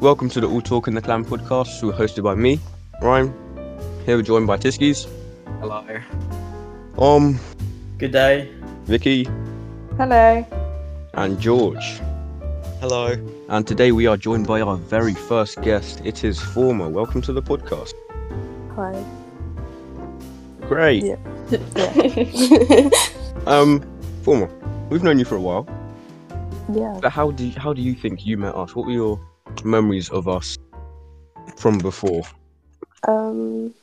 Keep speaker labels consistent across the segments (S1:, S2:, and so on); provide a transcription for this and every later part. S1: Welcome to the All Talk in the Clan podcast, who are hosted by me, Ryan. Here we're joined by Tiskies,
S2: Hello.
S1: Om,
S3: Good day.
S1: Vicky,
S4: Hello.
S1: and George.
S2: Hello.
S1: And today we are joined by our very first guest. It is Former. Welcome to the podcast.
S4: Hi.
S1: Great.
S4: Yeah. Yeah.
S1: Um, Former, we've known you for a while,
S4: yeah.
S1: but how do you, how do you think you met us? What were your memories of us from before?
S4: Um.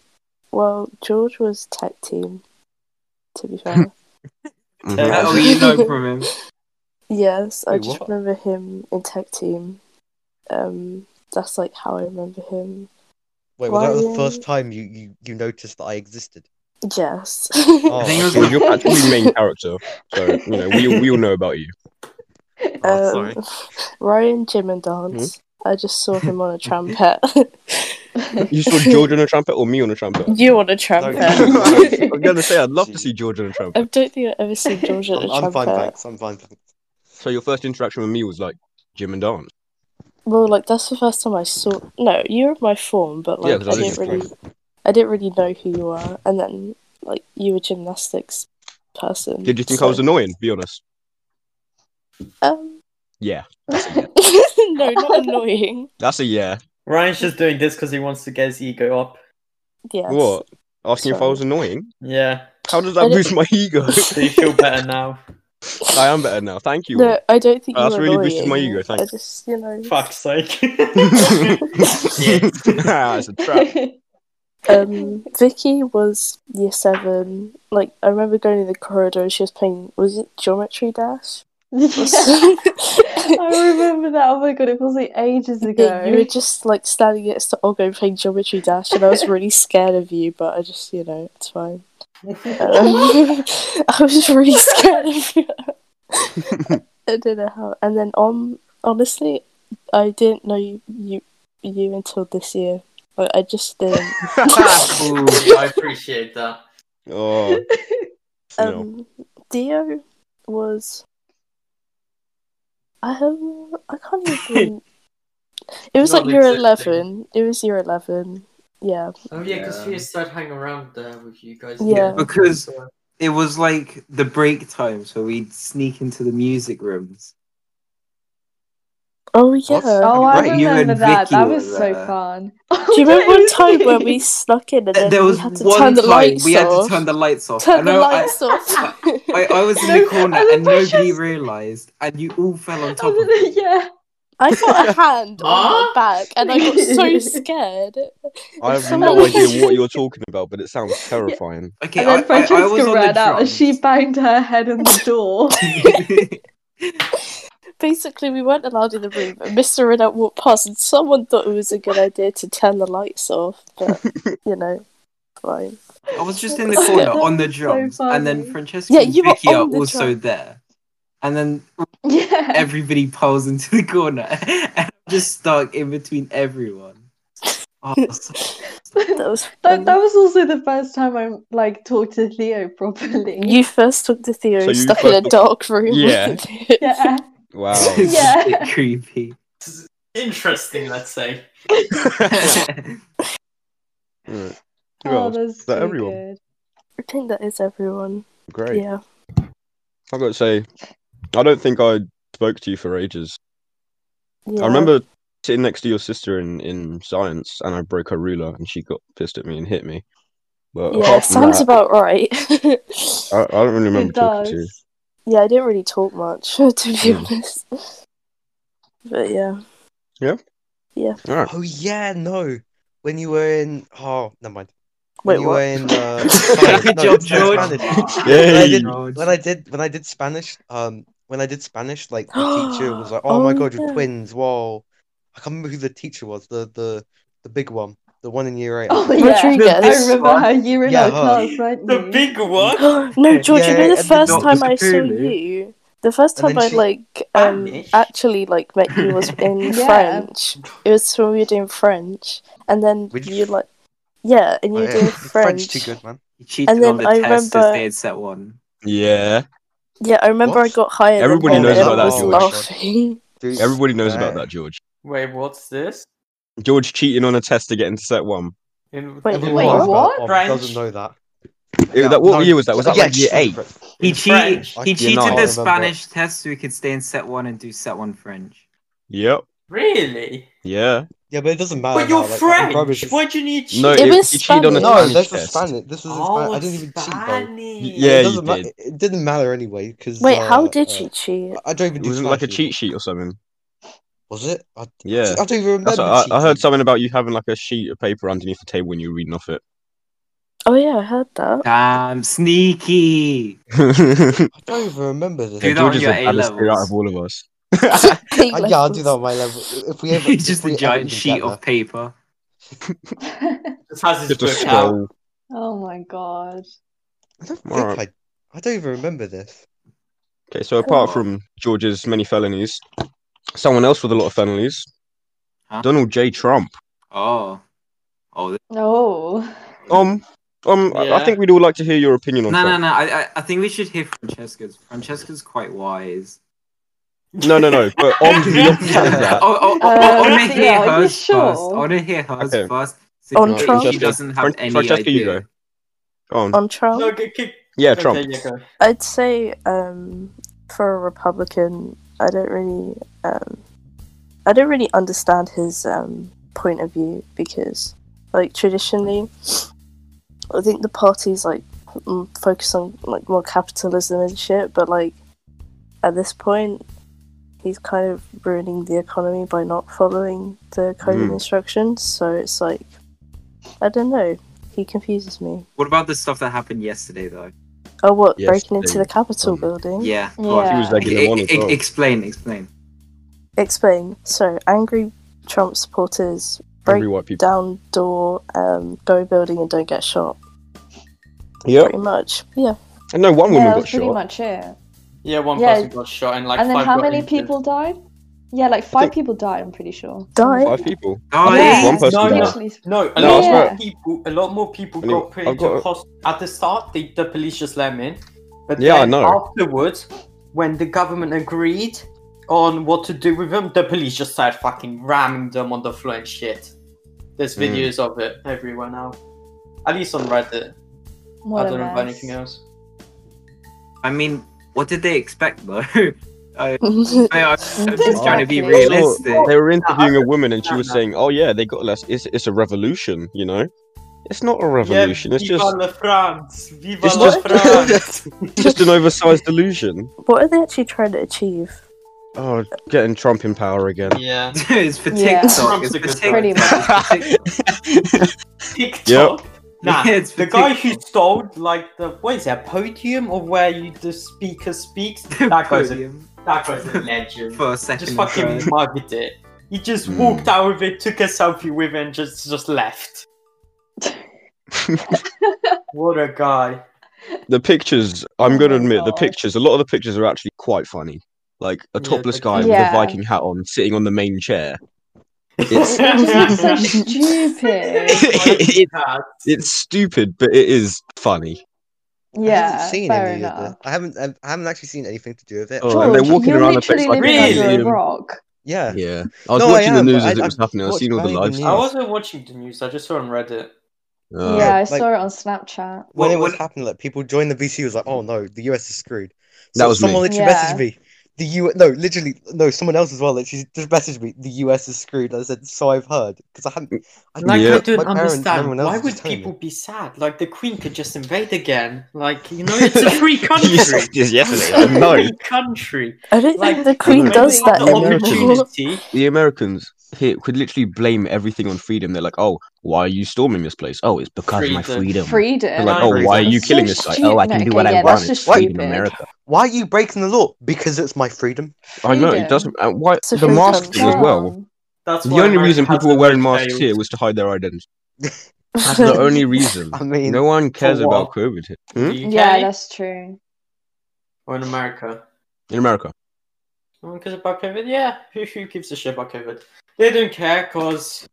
S4: Well, George was tech team. To be fair.
S1: Mhm.
S3: Yeah.
S2: That's all you know from him.
S4: yes, I
S1: Wait,
S4: just
S1: what?
S4: remember him in tech team. Um. That's like how I remember him.
S5: Wait, was that
S4: Why,
S5: the
S4: um,
S5: first time you, you, you noticed that I existed? Oh,
S4: Yes.
S5: I
S2: think it was
S1: Well, you're actually the main character, so you know we we all know about you.
S2: Oh, sorry.
S4: Um, Ryan Jim and Dance. I just saw him on a trumpet.
S1: You saw George on a trumpet or me on a trumpet?
S4: you on a
S1: I was gonna say I'd love to see George on a
S4: I
S1: trumpet.
S4: don't think I've ever seen George at a
S5: I'm, I'm
S4: trumpet.
S5: fine, thanks. I'm fine, thanks.
S1: So your first interaction with me was like Jim and Dan.
S4: Well, like that's the first time I saw. No, you're of my form, but
S1: Yeah,
S4: like
S1: 'cause
S4: I
S1: I was
S4: didn't really, I didn't really know who you are. And then like you were gymnastics person.
S1: Did you think I was
S4: so-
S1: annoying? Be honest.
S4: Um,
S1: Yeah,
S4: no, not annoying.
S1: that's a yeah.
S3: Ryan's just doing this because he wants to get his ego up.
S4: Yes.
S1: What? Asking if I was annoying?
S3: Yeah.
S1: How does
S4: I
S1: that
S4: don't-
S1: boost my ego?
S3: So you feel better now.
S1: I am better now. Thank you.
S4: No, I don't think
S1: Oh,
S4: you
S1: that's
S4: were
S1: really
S4: annoying.
S1: boosted my ego,
S4: I
S1: thanks.
S4: just, you know,
S3: Fuck's sake.
S1: ah, it's a trap.
S4: um, Vicky was year seven. Like I remember going in the corridor. and She was playing. Was it Geometry Dash?
S6: I remember that. Oh my god, it feels like ages ago.
S4: Yeah, you were just like standing next to Olga playing Geometry Dash, and I was really scared of you, but I just, you know, it's fine. Um, I was really scared of you. I don't know how. And then, on honestly, I didn't know you you, you until this year. Like, I just didn't.
S3: Ooh, I appreciate that.
S1: oh no.
S4: Um, Dio was. I um, I can't even. It was
S3: Not
S4: like year
S3: existing.
S4: eleven. It was year eleven. Yeah.
S3: Oh yeah, because she started hanging around there with you guys.
S4: Yeah.
S2: Because it was like the break time, so we'd sneak into the music rooms.
S4: Oh yeah.
S6: oh, I
S2: Right, you and
S6: remember that.
S2: Vicky
S6: That
S2: were
S6: was so
S2: there.
S6: fun.
S4: Do you remember one time where we snuck in and then
S2: there was
S4: we had to
S2: one
S4: turn the
S2: time
S4: lights
S2: we had
S4: off?
S2: to turn the lights off.
S4: Turn
S2: and
S4: the
S2: I- I,
S4: lights off.
S2: I, I was in
S6: No,
S2: the corner
S6: I was
S2: and nobody
S6: precious.
S2: realised, and you all fell on top of me.
S6: yeah.
S4: I got a hand on my
S3: Huh?
S4: back and I got so scared.
S1: I have
S4: so-
S1: no idea what you're talking about, but it sounds terrifying.
S2: Okay,
S6: And
S2: I,
S6: then
S2: I, I was
S6: Francesca
S2: on
S6: ran
S2: the
S6: out and
S2: drums.
S6: she banged her head on the door.
S4: Basically, we weren't allowed in the room, and Mr. Renault walked past, and someone thought it was a good idea to turn the lights off, but you know, fine.
S2: I was just in the
S4: That's
S2: corner on the
S6: so
S2: drums, and then
S6: funny.
S2: Francesca
S4: Yeah,
S2: and
S4: you were
S2: Vicky are
S4: on the
S2: also
S4: drum.
S2: there. And then
S6: yeah.
S2: everybody piles into the corner, and I'm just stuck in between everyone. Oh, so-
S4: That was
S6: that,
S4: fun.
S6: that was also the first time I like talked to Theo properly.
S4: You first took the Theo
S1: So you
S4: stuck in a
S1: first-
S4: dark room.
S1: Yeah.
S4: wasn't it?
S6: yeah.
S1: Wow.
S2: it's
S6: Yeah.
S2: a bit creepy.
S3: Interesting, let's say.
S1: Alright. Who else?
S6: Oh,
S4: Um,
S6: that's
S1: that
S6: so
S1: everyone?
S6: good.
S4: I think that is everyone.
S1: Great.
S4: Yeah.
S1: I gotta say, I don't think I spoke to you for ages.
S4: yeah.
S1: I remember sitting next to your sister in, in science, and I broke her ruler, and she got pissed at me and hit me. But
S4: Yeah,
S1: apart from
S4: sounds
S1: that,
S4: about right.
S1: I, I don't really remember
S6: It
S1: talking to you.
S6: does.
S4: Yeah, I didn't really talk much, to be
S5: Hmm.
S1: Yeah.
S4: honest. But yeah.
S1: All right.
S5: Oh, yeah, no. When you were in. Oh, never mind.
S4: Wait,
S5: when you
S4: what?
S5: were in. Uh,
S2: Good
S5: Spanish, no,
S2: job,
S5: no,
S2: George.
S5: Spanish.
S1: Yay.
S5: I didn't-
S2: George.
S5: When I did, when I did Spanish, um, when I did Spanish, like the teacher was like, "Oh my
S4: Oh,
S5: god, you're
S4: yeah.
S5: twins!" Whoa, I can't remember who the teacher was. The the the big one, the one in year eight.
S6: Oh,
S5: I
S6: yeah.
S4: Rodriguez.
S6: I remember her. You were in
S5: Yeah, her.
S6: our class, weren't you?
S3: The big one.
S4: no, George, you
S5: Yeah,
S4: know
S5: and
S4: the
S5: the
S4: first
S2: Doctor
S4: time I saw
S2: Cthulhu.
S4: you, the first
S5: And
S4: time
S5: then
S4: I
S5: she- Ah,
S4: like um
S3: Spanish.
S4: actually like met you was in
S6: Yeah.
S4: French. It was when we were doing French, and then
S5: Would you-
S4: you like yeah, and you
S5: Oh,
S4: were
S5: yeah.
S4: doing
S5: French
S4: French.
S5: too good, man.
S2: You cheated
S4: And then
S2: on the
S4: I
S2: test
S4: remember-
S2: as they had set one.
S1: Yeah.
S4: Yeah, I remember I
S5: What?
S4: got higher.
S1: Everybody
S4: than
S5: knows
S4: him and
S5: about that,
S4: was
S5: George.
S4: laughing.
S5: Dude,
S1: Everybody knows about
S5: Right.
S1: that, George.
S3: Wait, what's this?
S1: George cheating on a test to get into set one.
S3: In,
S4: Wait,
S5: Everyone
S4: wait,
S5: knows
S6: what?
S5: about Bob,
S3: French?
S5: doesn't know that.
S1: Ew, that- what year was that? Was that, like, year
S5: sure.
S1: eight?
S2: He
S3: In
S2: cheated.
S3: French.
S2: He
S1: You're
S2: cheated
S1: not.
S2: the
S5: I remember.
S2: Spanish test so he could stay in set one and do set one French.
S1: Yep.
S3: Really?
S1: Yeah.
S5: Yeah, but it doesn't matter.
S3: But you're
S5: now, like, I'm
S3: French.
S5: rubbish at-
S3: Why do you need
S1: No,
S4: It
S1: it,
S4: was
S1: he cheated on a
S4: Spanish.
S5: No,
S1: Spanish
S5: that's a
S1: test.
S5: Spanish. This is a Spanish.
S3: Oh,
S5: I didn't even cheat though.
S1: Y-
S3: Spanish.
S1: Yeah,
S5: it
S1: you
S5: doesn't ma-
S1: did.
S5: It didn't matter anyway because.
S4: Wait, how did you cheat?
S5: I don't even.
S1: It
S5: do
S1: wasn't like a
S5: Spanish.
S1: cheat sheet or something.
S5: Was it? I,
S1: Yeah.
S5: I don't even remember.
S1: That's what, I, I heard
S5: cheating.
S1: something about you having like a sheet of paper underneath the table and you were reading off it.
S4: Oh yeah, I heard that.
S2: Damn, sneaky.
S5: I don't even remember this.
S2: Do
S1: Yeah,
S2: that on
S1: George is
S2: your
S1: the baddest dude out
S2: A-levels.
S1: of all of us.
S5: I, yeah, I'll do that on my level. If we ever,
S2: He's just
S5: if we
S2: a
S5: ever
S2: giant
S5: even get
S2: sheet
S5: there.
S2: of paper.
S3: This has his
S1: Just a
S3: book out.
S1: scroll.
S6: oh my god.
S5: I don't think
S1: Alright.
S5: I. I don't even remember this.
S1: Okay, so apart
S4: Oh.
S1: from George's many felonies, someone else with a lot of felonies,
S2: Huh?
S1: Donald J. Trump.
S2: Oh, oh. th-
S6: Oh.
S1: Um, um, I- I
S3: Yeah.
S1: think we'd all like to hear your opinion on
S2: No, no,
S1: Trump.
S2: no. I, I, I think we should hear Francesca's. Francesca's quite wise.
S1: No, no, no. But on the opposite of that,
S2: Oh, oh, oh,
S6: Uh,
S2: I want to
S6: yeah,
S2: hear
S6: are you
S2: hers
S6: sure?
S2: first. I want to hear hers
S1: Okay.
S2: first.
S4: On
S2: Since
S4: Trump?
S2: She doesn't have
S1: Fran-
S2: any
S1: Francesca, you
S2: idea.
S1: go. Go on.
S4: on Trump.
S3: No, g- g-
S1: Yeah,
S3: okay,
S1: Trump.
S3: yeah, go.
S4: I'd say um, for a Republican, I don't really, um, I don't really understand his um, point of view because, like traditionally, I think the party's like m- focused on like more capitalism and shit, but like at this point, he's kind of ruining the economy by not following the COVID
S1: Mm.
S4: instructions. So it's like, I don't know. He confuses me.
S2: What about the stuff that happened yesterday, though?
S4: Oh, what
S1: Yes,
S4: breaking into
S1: they-
S4: the Capitol
S1: um,
S4: building?
S2: Yeah.
S1: He was
S6: Yeah.
S1: like in the one as
S2: E- e-
S1: well.
S2: Explain, explain.
S4: Explain. So, angry Trump supporters break
S1: Every white people.
S4: down door, um, go building, and don't get shot.
S1: Yeah.
S4: Pretty much. Yeah.
S1: And no, one woman
S6: yeah,
S1: got
S6: that's pretty
S1: shot.
S6: much it.
S3: Yeah, one
S6: Yeah.
S3: person got shot and like
S6: and then
S3: five
S6: how
S3: got
S6: many
S3: injured.
S6: people died? Yeah, like five
S1: think-
S6: people died. I'm pretty sure.
S4: Died?
S1: Five people.
S2: Oh,
S6: Yeah.
S1: One person
S3: No,
S1: died.
S3: no.
S6: Literally-
S3: No, a
S1: No,
S3: lot
S6: I
S3: more
S6: swear.
S3: people. A lot more people
S1: Anyway,
S3: got put
S1: I've
S3: into
S1: got a-
S3: hospital. At the start, the, the police just let them in, but
S1: Yeah, I
S3: then
S1: know.
S3: afterwards, when the government agreed on what to do with them, the police just started fucking ramming them on the floor and shit. There's
S1: Mm.
S3: videos of it everywhere now, at least on Reddit.
S6: What
S3: I
S6: a
S3: don't know about
S6: mess.
S3: anything else.
S2: I mean, what did they expect, though? I, I, I'm just
S6: Exactly.
S2: trying to be
S6: Well,
S2: realistic.
S1: They were interviewing
S3: No,
S1: a woman and she
S3: no,
S1: was
S3: no.
S1: saying, "Oh yeah, they got less. It's it's a revolution, you know. It's not a revolution.
S3: Yeah,
S1: it's
S3: Viva
S1: just
S3: la France! Viva
S1: It's
S3: la
S1: just-
S3: France!
S1: it's just an oversized delusion."
S4: what are they actually trying to achieve?
S1: Oh, getting Trump in power again.
S3: yeah.
S2: it's for
S6: Yeah.
S2: TikTok. It's
S3: Trump's a
S2: for
S3: good
S2: TikTok.
S6: Pretty
S2: It's for TikTok.
S3: TikTok. Nah,
S2: Yeah, it's
S3: the
S2: for
S3: guy who stole like the what is that podium or where you the speaker speaks?
S2: TikTok.
S3: That guy's a,
S2: Podium
S3: that guy's a legend.
S2: for a second.
S3: just
S2: and
S3: fucking
S2: third.
S3: mugged it. He just
S1: Mm.
S3: walked out with it, took a selfie with it, and just just left. what a guy!
S1: The pictures. I'm
S6: Oh
S1: going to
S6: my
S1: admit, the
S6: God.
S1: pictures. A lot of the pictures are actually quite funny. Like a
S3: Yeah,
S1: topless
S3: they-
S1: guy with
S6: Yeah.
S1: a Viking hat on, sitting on the main chair. It's
S6: It just looks so stupid.
S1: It- it's stupid, but it is funny.
S6: Yeah,
S5: I haven't seen
S6: fair
S5: any
S6: enough.
S5: of it. I haven't. I I haven't actually seen anything to do with it.
S1: Oh, and they're
S6: George,
S1: walking
S6: you're
S1: around the place
S6: literally
S1: like
S6: living
S3: Really?
S6: under a rock.
S5: Yeah.
S1: Yeah, I was
S5: No, I
S1: watching
S5: am,
S1: the
S5: but
S1: news as
S5: I-
S1: it was
S5: I've
S1: happening. I've
S5: watched
S1: seen all the
S5: valuable
S1: live
S5: news.
S3: I
S1: stuff.
S3: wasn't watching the news. I just saw on Reddit.
S1: Uh,
S6: yeah, I
S5: like-
S6: saw it on Snapchat.
S5: When
S2: What-
S5: it was
S2: what-
S5: happening, like people joined the VC was like, "Oh no, the US is screwed."
S1: That was me.
S5: someone literally
S6: Yeah.
S5: messaged me. The U no, literally no, someone else as well. Like she just messaged me. The US is screwed. I said, "So I've heard," because I hadn't. I
S1: Like, Yeah. I
S5: my parents and everyone else
S3: Why
S5: was
S3: would
S5: just telling me.
S3: people be sad? Like the Queen could just invade again. Like you know, it's a free country.
S1: You said this
S3: It's
S1: yesterday.
S3: a
S1: I know.
S3: free country.
S4: I don't
S3: Like
S4: think the Queen
S1: don't
S4: does
S3: They
S4: that
S3: got the
S1: Americans.
S4: anymore.
S3: opportunity.
S1: The Americans here could literally blame everything on freedom. They're like, "Oh, why are you storming this place? Oh, it's because of my
S3: Freedom.
S1: freedom."
S6: Freedom.
S1: They're like, "Oh, why are you
S6: So
S1: killing this site? Oh, I can
S6: stupid.
S1: do what
S6: Okay,
S1: I
S6: yeah,
S1: want.
S6: that's
S1: It's
S6: just
S1: freedom in
S6: stupid.
S1: America."
S5: Why are you breaking the law? Because it's my freedom.
S1: I know
S6: Freedom.
S1: it doesn't. And why
S4: So
S1: the
S4: freedom
S1: mask thing as
S4: down.
S1: well?
S3: That's
S1: The
S3: why
S1: only
S3: America
S1: reason
S3: has
S1: people were
S3: the
S1: wearing
S3: most
S1: masks
S3: failed.
S1: here was to hide their identity. That's the only reason.
S5: I mean,
S1: No one cares
S3: what?
S1: about COVID here.
S3: In
S1: Hmm?
S3: the UK
S6: Yeah, that's true.
S3: or in America.
S1: in America.
S3: No one cares about COVID. Yeah, who, who gives a shit about COVID? They don't care because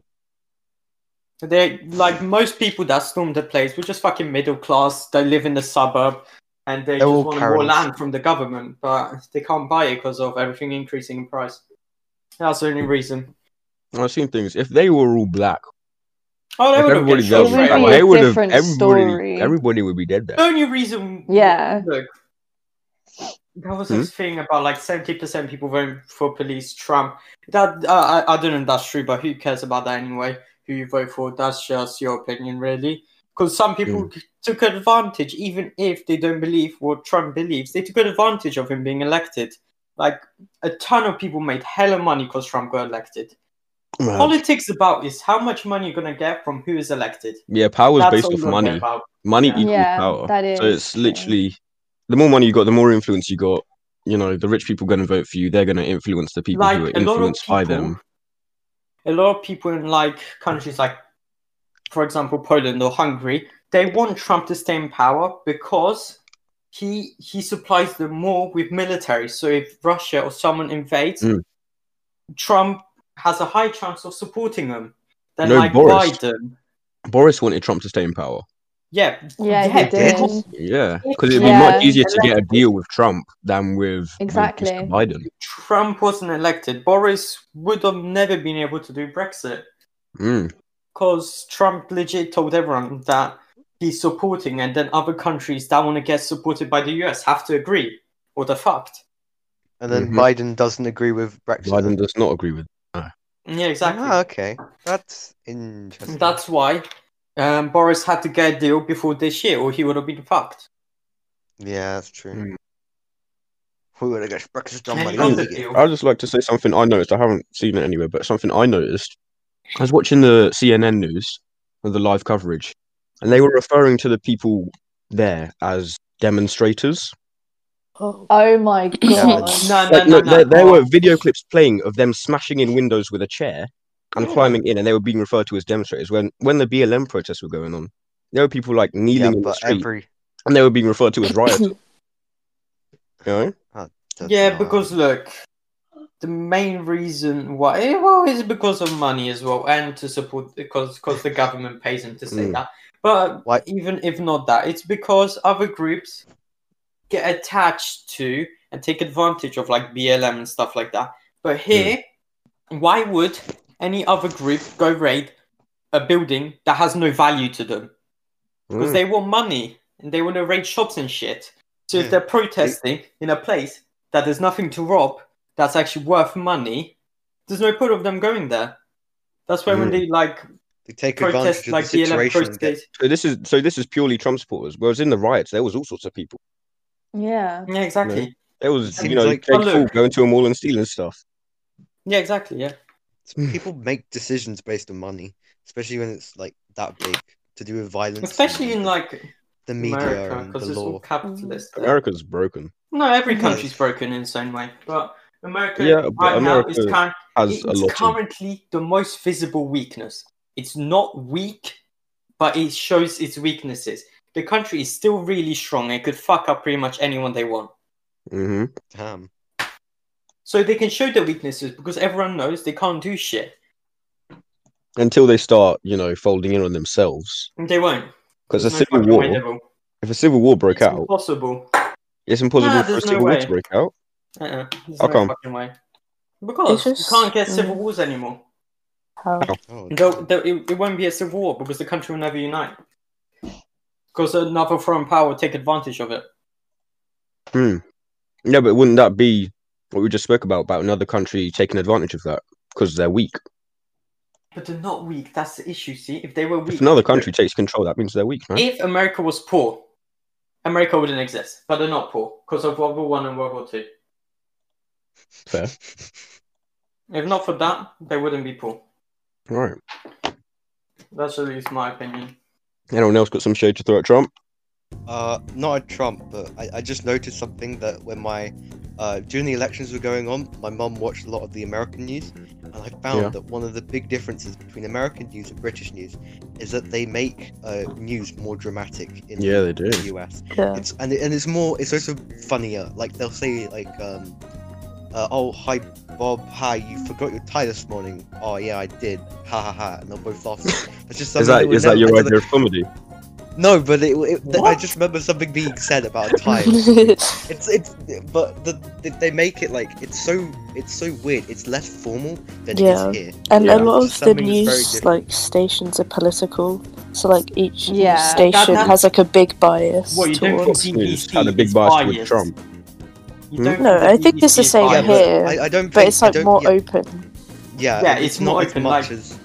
S3: they like most people that stormed the place were just fucking middle class. They live in the suburb and they
S5: They're all
S3: just want more
S5: parents.
S3: land from the government, but they can't buy it because of everything increasing in price. That's the only reason.
S1: I've seen things. If they were all black,
S3: Oh, they
S1: if
S3: would have
S1: everybody
S3: been
S1: there
S3: shot
S1: was
S6: would
S1: black,
S6: be a
S1: they would have
S6: different
S1: everybody,
S6: story.
S1: everybody would be dead
S3: The
S1: there.
S3: only reason,
S6: Yeah.
S3: look, there was
S1: Hmm?
S3: this thing about like seventy percent people voting for police Trump. That uh, I, I don't know if that's true, but who cares about that anyway? Who you vote for? That's just your opinion, really. Because some
S1: Mm.
S3: people
S1: Hmm.
S3: took advantage, even if they don't believe what Trump believes, they took advantage of him being elected. Like a ton of people made hella money because Trump got elected.
S1: Man.
S3: Politics about is how much money you're gonna get from who is elected.
S1: Yeah, power is
S3: That's
S1: based
S3: all
S1: off
S3: you're
S1: money.
S3: About.
S1: Money
S3: Yeah.
S1: equals
S6: Yeah,
S1: power.
S6: that is
S1: so it's
S6: true.
S1: literally the more money you got, the more influence you got. You know, the rich people going to vote for you. They're going to influence the people
S3: Like,
S1: who are
S3: a lot of
S1: influenced by
S3: people-
S1: them.
S3: a lot of people in like countries like for example Poland or Hungary, they want Trump to stay in power because he he supplies them more with military. So if Russia or someone invades,
S1: Mm.
S3: Trump has a high chance of supporting them than
S1: No,
S3: like
S1: Boris.
S3: Biden.
S1: Boris wanted Trump to stay in power.
S3: Yeah.
S6: Yeah,
S3: Yeah,
S6: he did.
S1: Yeah, because it'd be
S6: Yeah.
S1: much easier to get a deal with Trump than with with
S6: Exactly.
S1: Mr. Biden.
S3: Trump wasn't elected. Boris would have never been able to do Brexit.
S1: Mm.
S3: because Trump legit told everyone that he's supporting, and then other countries that want to get supported by the US have to agree, or the fucked.
S5: And then
S1: Mhm.
S5: Biden doesn't agree with Brexit.
S1: Biden does not agree with.
S3: Yeah, exactly.
S5: Ah, okay. That's interesting.
S3: That's why um, Boris had to get a deal before this year, or he would have been fucked.
S5: Yeah, that's true.
S1: Mm.
S5: We would have got Brexit done
S3: And
S5: by
S3: he
S5: the
S3: got
S5: end
S3: the
S5: of the year.
S3: deal.
S1: I'd just like to say something I noticed. I haven't seen it anywhere, but something I noticed. I was watching the CNN news and the live coverage, and they were referring to the people there as demonstrators.
S4: Oh,
S6: Oh my god.
S3: No,
S1: Like,
S3: no, no,
S1: no,
S3: no.
S1: there, there were video clips playing of them smashing in windows with a chair and climbing in, and they were being referred to as demonstrators. When when the BLM protests were going on, there were people like kneeling
S5: Yeah,
S1: in the
S5: but
S1: street,
S5: every.
S1: and they were being referred to as rioters. you know?
S5: that's
S3: Yeah,
S5: not-
S3: because look, the main reason why eh, well is because of money as well, and to support because because the government pays them to say
S1: Mm.
S3: that. But
S5: Why-
S3: even if not that, it's because other groups get attached to and take advantage of like BLM and stuff like that. But
S5: Mm.
S3: here, why would any other group go raid a building that has no value to them? because
S1: Mm.
S3: they want money and they want to raid shops and shit. So
S5: Yeah.
S3: if they're protesting in a place that there's nothing to rob, that's actually worth money, there's no point of them going there. That's why when
S1: Mm.
S3: they like
S5: They take advantage
S3: protest,
S5: of
S3: like
S5: the
S3: the BLM
S5: situation. and get-
S3: protest.
S1: So this is so this is purely Trump supporters. Whereas in the riots, there was all sorts of people.
S6: Yeah.
S3: Yeah, exactly.
S1: There was
S5: Seems
S1: you know
S5: like-
S1: Jake
S3: Oh, look.
S1: Paul going to a mall and stealing stuff.
S3: Yeah, exactly. Yeah.
S1: Mm.
S5: People make decisions based on money, especially when it's like that big to do with violence.
S3: Especially
S5: and
S3: in like
S5: the media
S3: America,
S5: and the
S3: because it's all
S5: law.
S3: capitalist. there.
S1: America's broken.
S3: No, every
S5: Mhm.
S3: country's broken in its own way, but America
S1: Yeah, but
S3: right now is
S1: America
S3: kind
S1: Has a
S3: it's
S1: lot of
S3: currently the most visible weakness. It's not weak, but it shows its weaknesses. The country is still really strong and could fuck up pretty much anyone they want.
S1: hmm
S5: Damn.
S3: So they can show their weaknesses because everyone knows they can't do shit.
S1: until they start you know folding in on themselves.
S4: Mm.
S3: And they won't.
S1: Because a
S3: There's no
S1: civil
S3: fucking way they
S1: war,
S3: will.
S1: if a civil war broke
S3: It's
S1: out,
S3: impossible.
S1: it's impossible
S3: Nah,
S1: for a
S3: there's no
S1: civil war
S3: way.
S1: to break out.
S3: Uh-uh. There's
S1: How
S3: no
S1: come?
S3: fucking way. Because
S4: It's just-
S3: you can't get
S4: mm.
S3: civil wars anymore.
S4: how?
S5: Oh,
S1: Mm.
S3: There, there, it, it won't be a civil war because the country will never unite. Because another foreign power will take advantage of it.
S1: No, but wouldn't that be what we just spoke about about another country taking advantage of that because they're weak?
S3: But they're not weak. That's the issue. See, if they were weak,
S1: If another country takes control, that means they're weak, right?
S3: if America was poor, America wouldn't exist. But they're not poor because of World War One and World War Two.
S1: Fair,
S3: If not for that, they wouldn't be poor.
S1: right?
S3: That's at least my opinion.
S1: Anyone else got some shade to throw at Trump?
S5: Uh, not at Trump, but I, I just noticed something that when my uh, during the elections were going on, my mum watched a lot of the American news, and I found
S1: Yeah.
S5: that one of the big differences between American news and British news is that they make uh, news more dramatic in
S1: Yeah, they do.
S5: the US.
S4: Yeah.
S5: It's and, it, and it's more it's also funnier. Like they'll say like um, uh, oh hi Bob, hi you forgot your tie this morning. Oh yeah I did. Ha ha ha, and they'll both laugh. It's just
S1: Is
S5: something
S1: that
S5: would
S1: is that
S5: never-
S1: your
S5: until they-
S1: idea of comedy?
S5: No, but it, it th- I
S3: What?
S5: just remember something being said about time. it's it's but the, they make it like it's so it's so weird. It's less formal than
S4: Yeah.
S5: it is here.
S4: and
S1: Yeah.
S4: a lot of the
S5: Something that's very
S4: news
S5: different.
S4: like stations are political, so like each news
S6: Yeah.
S4: station
S3: That-
S4: has like a big bias
S3: What, you don't
S4: towards.
S1: Fox
S3: BBC
S1: News had a
S3: is
S1: big bias with
S3: biased.
S1: Trump.
S3: You
S1: Hmm?
S3: don't
S4: No,
S3: think
S4: I think it's the
S3: BBC is
S4: same
S5: Yeah,
S3: biased.
S5: but
S4: here,
S5: I, I don't.
S4: But
S5: think-
S4: it's
S5: I
S4: like
S5: don't-
S4: more
S5: yeah,
S4: open.
S5: Yeah,
S3: Yeah,
S5: it's,
S3: it's more
S5: not as
S3: open,
S5: much
S3: like-
S5: as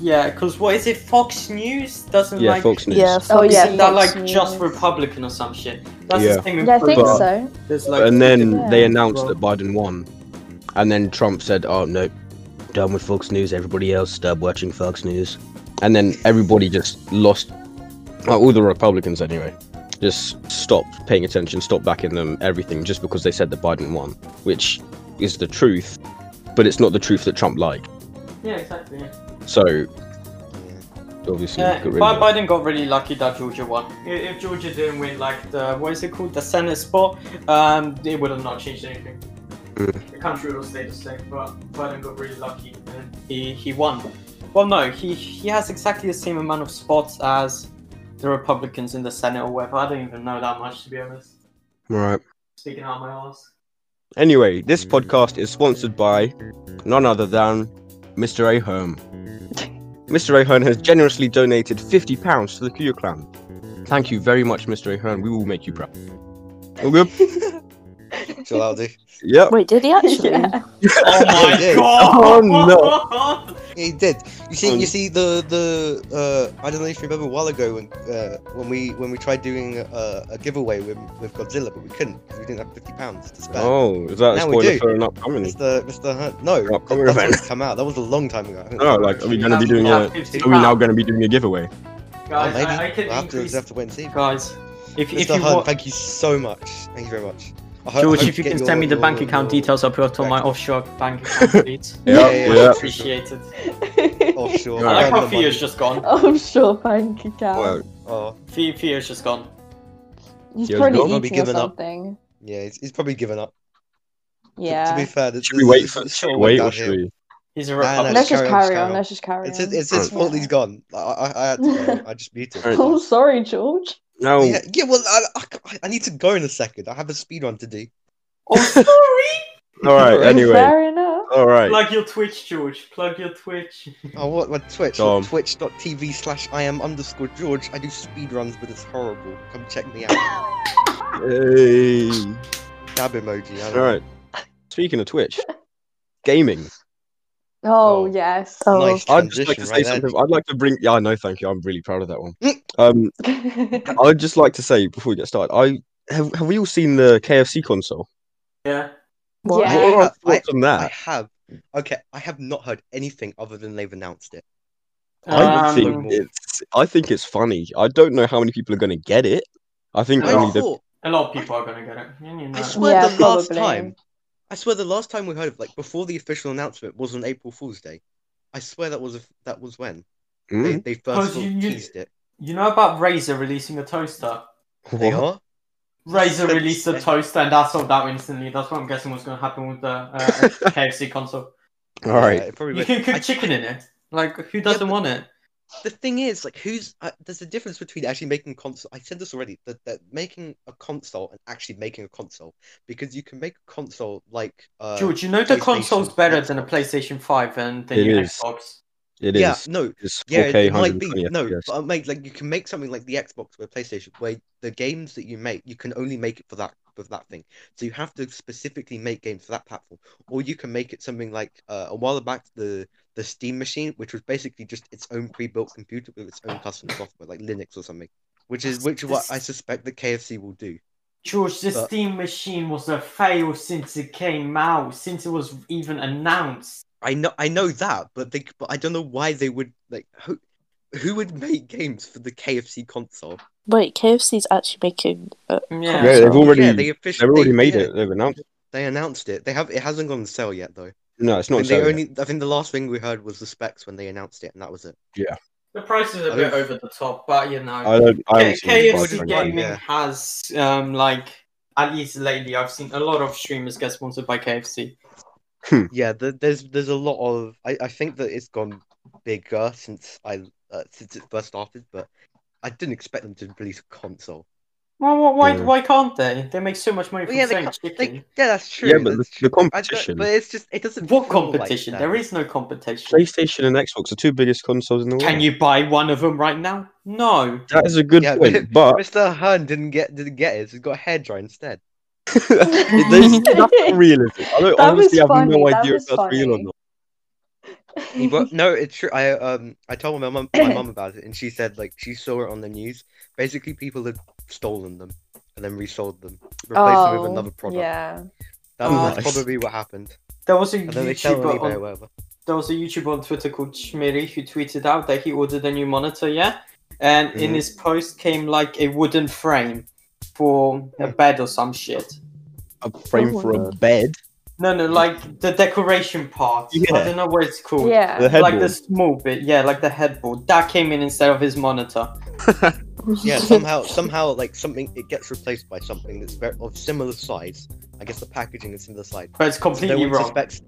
S3: Yeah, because what is it? Fox News doesn't
S1: Yeah,
S3: like.
S1: Fox News.
S4: Yeah,
S6: Oh,
S4: Fox
S6: yeah,
S3: Isn't that
S6: Fox
S3: like just
S6: News.
S3: Republican or some shit? That's
S1: Yeah.
S3: the thing with
S6: Yeah, I think
S1: But-
S6: so.
S3: There's like
S1: and then they announced
S3: Well-
S1: that Biden won, and then Trump said, "Oh no, done with Fox News. Everybody else stop watching Fox News." And then everybody just lost, well, all the Republicans anyway, just stopped paying attention, stopped backing them, everything, just because they said that Biden won, which is the truth, but it's not the truth that Trump liked.
S3: Yeah, exactly. Yeah.
S1: So obviously,
S3: Yeah,
S1: got rid
S3: Bi-
S1: of it.
S3: Biden got really lucky that Georgia won. I- If Georgia didn't win, like the what is it called, the Senate spot, um, it would have not changed anything.
S1: Mm.
S3: The country would have stayed the same, but Biden got really lucky and he he won. Well, no, he he has exactly the same amount of spots as the Republicans in the Senate or whatever. I don't even know that much to be honest.
S1: right.
S3: Speaking out my ass.
S1: Anyway, this
S5: Mm.
S1: podcast is sponsored by none other than Mr. Ahern. Mr. Ahern has generously donated £50 to the Q Clan. Thank you very much, Mr. Ahern. We will make you proud. All good?
S5: chill out, dude.
S1: Yep.
S4: Wait, did he actually?
S6: Yeah.
S3: Oh
S5: my Yeah.
S1: Oh,
S3: no!
S5: He did. You see, you
S1: Um,
S5: see the the uh, I don't know if you remember a while ago when uh, when we when we tried doing uh, a, a giveaway with with Godzilla, but we couldn't because we didn't have fifty pounds to spend.
S1: Oh, is that a
S5: Now we
S1: spoiler
S5: do.
S1: for an upcoming?
S5: Mr. Mr. Hunt, no,
S1: Oh, come
S5: that's
S1: on.
S5: when it's come out. That was a long time ago. I think.
S1: Oh, like, are we going to
S5: Um,
S1: be doing a... Are we now going to be doing a giveaway?
S5: Well,
S3: Guys,
S5: maybe.
S3: I, I can
S5: we'll have to,
S3: increase.
S5: we'll have to wait and see.
S3: Guys, if, if
S5: Mr.
S3: you
S5: Hunt,
S3: want,
S5: thank you so much. Thank you very much. I ho- I
S3: George,
S5: hope
S3: if you
S5: get
S3: can
S5: your-
S3: send me the
S5: your-
S3: bank account
S5: your-
S3: details, I'll put it on my offshore bank account, please.
S1: um, Yeah,
S5: yeah,
S3: Much
S5: yeah.
S3: appreciated.
S5: Offshore.
S1: I
S3: I like
S5: Random
S3: how
S5: money.
S3: Theo's just gone.
S6: I'm sure bank account.
S1: Well,
S5: Oh,
S3: Theo- Theo's just gone.
S6: He's
S1: Yeah,
S6: probably
S1: he's
S5: not- Probably
S6: eating or
S5: given up.
S6: something.
S5: yeah, he's, he's probably given up. To-
S6: Yeah.
S5: To be fair, this,
S1: should we
S5: this-
S1: wait
S5: this
S1: for...
S5: is
S1: Should we
S5: all
S1: wait or
S5: about
S1: should
S5: him.
S1: we...
S3: He's a
S5: Nah, nah,
S3: Republican.
S6: Let's just
S5: carry on, just
S6: carry
S5: carry
S6: on.
S5: on.
S6: Let's just carry
S5: It's
S6: on.
S5: his, it's his fault he's gone. I, I, I had to go. I just muted.
S1: Alright.
S6: Oh, sorry, George.
S1: No,
S5: Yeah, yeah, well, I, I, I need to go in a second. I have a speed run to do.
S3: oh, sorry!
S1: all right, anyway.
S6: Fair enough.
S1: All right.
S3: Plug your Twitch, George. Plug your Twitch.
S5: Oh, what? My Twitch?
S1: Dom.
S5: Twitch.tv slash I am underscore George. I do speed runs, but it's horrible. Come check me out.
S1: Hey.
S5: Dab emoji. I don't
S1: All right. Speaking of Twitch, gaming.
S6: Oh,
S5: Oh.
S6: yes.
S4: Oh.
S5: know. Nice
S1: I'd just
S5: transition
S1: like to say
S5: right Mm. there.
S1: something. I'd like to bring. Yeah, I know. Thank you. I'm really proud of that one. um, I'd just like to say before we get started, I have. Have we all seen the KFC console?
S3: Yeah.
S4: What?
S6: Yeah.
S1: What are our
S5: I-
S1: thoughts on
S5: I
S1: that?
S5: have. Okay, I have not heard anything other than they've announced it.
S1: I,
S5: I-
S3: Um,
S1: think it's. I think it's funny. I don't know how many people are going to get it. I think
S5: I
S1: only the.
S5: thought-
S3: a lot of people are gonna get it. You know.
S5: I swear
S6: Yeah,
S5: the last
S6: probably.
S5: time. I swear the last time we heard of like before the official announcement was on April Fool's Day. I swear that was a, that was when
S1: Hmm?
S5: they, they
S3: Cause
S5: first sort of
S3: you- you-
S5: teased it.
S3: You know about Razer releasing a toaster?
S5: They
S1: What?
S5: are.
S3: Razer
S5: That's-
S3: released a toaster and that sold out instantly. That's what I'm guessing was going to happen with the uh, KFC console.
S1: All right.
S5: Yeah, Uh, it probably
S3: You
S5: went-
S3: can cook
S5: I-
S3: chicken in it. Like, who doesn't
S5: but-
S3: want it?
S5: the thing is, like, who's uh, there's a difference between actually making console. I said this already that, that making a console and actually making a console because you can make a console like uh,
S3: George, you know the
S5: PlayStation,
S3: console's better than a
S5: Xbox.
S3: PlayStation 5 and the
S1: It
S3: new
S1: is.
S3: Xbox.
S1: It is.
S5: yeah, no,
S1: It's
S5: Yeah,
S1: 4K,
S5: it might be.
S1: 120
S5: No,
S1: FPS.
S5: but I make like you can make something like the Xbox or PlayStation, where the games that you make, you can only make it for that for that thing. So you have to specifically make games for that platform, or you can make it something like uh, a while back the the Steam machine, which was basically just its own pre-built computer with its own custom software, like Linux or something. Which is which is what I suspect the KFC will do.
S3: George, the
S5: But-
S3: Steam machine was a fail since it came out, since it was even announced.
S5: I know I know that, but they but I don't know why they would like who who would make games for the KFC console?
S4: Wait, KFC's actually making. Uh,
S3: Yeah.
S1: Yeah, they've already.
S5: yeah,
S1: they
S5: they officially
S1: have already made
S5: yeah.
S1: it. They've announced. it.
S5: They announced it. They have it hasn't gone on sale yet though.
S1: No, it's
S5: I
S1: not.
S5: think they
S1: selling
S5: only I think the last thing we heard was the specs when they announced it, and that was it.
S3: The price is
S5: I
S3: a
S5: don't-
S3: bit over the top, but you know.
S1: it. I don't. I
S3: K-
S1: haven't seen it, but I
S3: KFC
S1: don't know.
S3: Gaming
S5: Yeah.
S3: has, um, like, at least lately, I've seen a lot of streamers get sponsored by KFC.
S1: Hmm.
S5: Yeah, the, there's there's a lot of I, I think that it's gone bigger since I uh, since it first started, but I- I didn't expect them to release a console.
S3: Well, why, why,
S1: Yeah.
S3: why can't they? They make so much money
S5: Well,
S3: from
S5: yeah, they
S3: selling
S5: can't-
S3: chicken.
S5: Like, yeah, that's true.
S1: yeah, but the,
S5: that's
S1: the
S5: true. I don't-
S1: competition.
S5: But it's just it doesn't.
S3: What
S5: feel like
S3: competition?
S5: that.
S3: there is no competition.
S1: PlayStation and Xbox are two biggest consoles in the world.
S3: Can you buy one of them right now? No.
S1: That is a good
S5: Yeah,
S1: point, but
S5: Mr. Hearn didn't get didn't get it. so He got a hairdryer instead.
S1: there's nothing realistic. I don't,
S6: That was
S1: honestly have
S6: funny,
S1: no
S6: that
S1: idea if
S6: was
S1: that's real or
S6: funny.
S1: not.
S5: He wa- no, it's true. I um I told my mum my mum about it, and she said like she saw it on the news. Basically, people had stolen them and then resold them, replaced them with another product.
S6: Oh, Yeah.
S5: That,
S3: Oh.
S5: that's probably what happened.
S3: There was a
S5: And then they sell on
S3: YouTuber
S5: eBay or
S3: on,
S5: whatever.
S3: there was a YouTuber on Twitter called Schmiri who tweeted out that he ordered a new monitor, yeah? And in
S5: Mhm.
S3: his post came like a wooden frame for
S5: Hmm.
S3: a bed or some shit.
S1: A frame
S4: my
S1: for
S6: Oh
S1: a
S4: God.
S1: bed,
S3: No, no, like the decoration part. I
S1: Yeah.
S3: don't know what it's
S5: Oh,
S3: called.
S6: Yeah.
S1: the
S3: Like
S1: headboard.
S3: the small bit, yeah, like the headboard. That came in instead of his monitor.
S5: Yeah, somehow somehow like something it gets replaced by something that's very of similar size. I guess the packaging is similar size.
S3: But it's
S5: So no
S3: completely
S5: one
S3: wrong.
S5: suspects.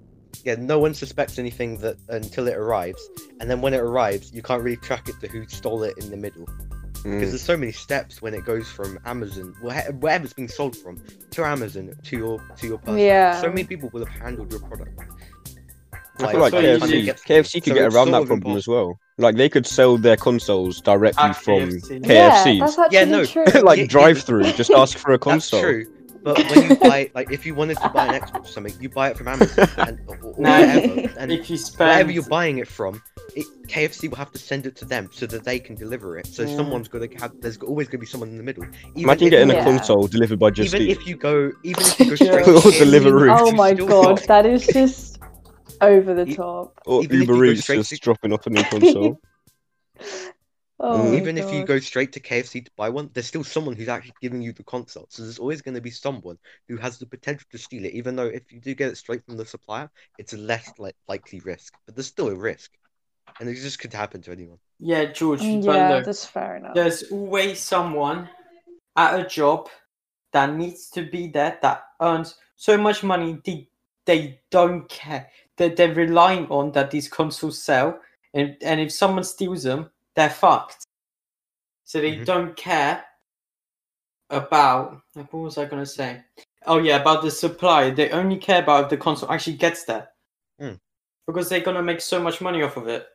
S5: Yeah, no one suspects anything that until it arrives, and then when it arrives, you can't really track it to who stole it in the middle because
S1: Mm.
S5: there's so many steps when it goes from Amazon, where- wherever it's being sold from, to Amazon to your to your person.
S6: Yeah.
S5: So many people will have handled your product.
S1: I feel
S3: Like,
S1: like
S3: so
S5: by the time it
S1: KFC,
S5: gets-
S1: KFC could
S5: so
S1: get
S5: it's
S1: around
S5: sort
S1: that
S5: of
S1: problem as well. Like they could sell their consoles directly
S3: At
S1: from
S3: KFC.
S6: Yeah,
S1: KFCs,
S6: that's actually
S5: Yeah, no.
S6: true.
S5: Yeah, yeah.
S1: like drive-through. Just ask for a
S5: That's
S1: console.
S5: true. But when you buy, like, if you wanted to buy an Xbox or something, you buy it from Amazon and, or, or
S3: No.
S5: whatever, and
S3: If you
S5: wherever
S3: spend
S5: you're buying it from, it, KFC will have to send it to them so that they can deliver it. So
S3: Yeah.
S5: someone's going to have. There's always going to be someone in the middle. Even
S1: Imagine
S5: if
S1: getting
S5: you-
S1: a
S6: Yeah.
S1: console delivered by Just
S5: even
S1: Eat.
S5: if you go, even if you go straight
S1: Or
S5: to KFC,
S1: Deliveroo.
S5: you
S6: Oh my
S5: still
S6: god,
S5: got-
S6: that is just over the
S5: You-
S6: top.
S1: or
S5: even if you
S1: Uber
S5: go
S1: Eats
S5: straight
S1: just
S5: to-
S1: dropping off a new console.
S6: Oh my
S5: even if you
S6: God.
S5: go straight to KFC to buy one, there's still someone who's actually giving you the console. So there's always going to be someone who has the potential to steal it, even though if you do get it straight from the supplier, it's a less like likely risk. But there's still a risk, and it just could happen to anyone.
S3: Yeah, George,
S6: Mm,
S3: but
S6: yeah,
S3: look,
S6: that's fair enough.
S3: there's always someone at a job that needs to be there that earns so much money they they don't care that they're relying on that these consoles sell, and and if someone steals them, they're fucked. So they
S5: Mhm.
S3: don't care about what was I gonna say? Oh yeah, about the supply. They only care about if the console actually gets there,
S5: Mm.
S3: because they're gonna make so much money off of it.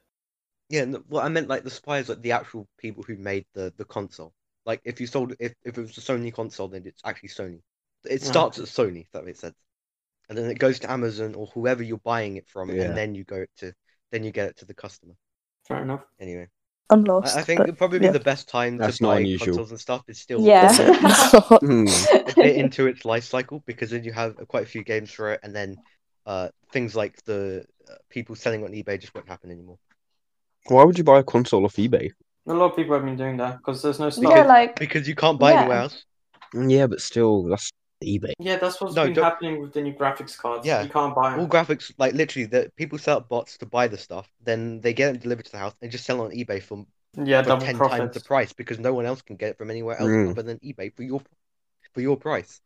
S5: Yeah, and th- what I meant like the suppliers, like the actual people who made the the console. Like if you sold if if it was a Sony console, then it's actually Sony. It
S3: Yeah.
S5: starts at Sony, if that makes sense, and then it goes to Amazon or whoever you're buying it from,
S1: Yeah.
S5: and then you go to then you get it to the customer.
S3: Fair enough.
S5: Anyway.
S4: I'm
S5: I-
S4: lost.
S5: I think
S4: but-
S5: probably
S4: yeah.
S5: the best time
S1: That's
S5: to
S1: not
S5: buy
S1: unusual.
S5: consoles and stuff is still
S6: yeah.
S1: Mm.
S5: a bit into its life cycle because then you have quite a few games for it, and then uh, things like the uh, people selling on eBay just won't happen anymore.
S1: Why would you buy a console off eBay?
S3: A lot of people have been doing that because there's no stock.
S6: yeah,
S3: Yeah,
S6: like
S5: Because you can't buy
S6: Yeah.
S5: anywhere else.
S1: Mm, Yeah, but still, that's eBay.
S3: that's what's
S5: No,
S3: been
S5: don't-
S3: happening with the new graphics cards.
S5: Yeah.
S3: you can't buy
S5: All
S3: them.
S5: graphics, like literally, that people set up bots to buy the stuff, then they get it delivered to the house and just sell it on eBay for,
S3: yeah,
S5: for
S3: double
S5: ten times
S3: profit.
S5: the price because no one else can get it from anywhere else
S1: Mm.
S5: other than eBay for your for your price.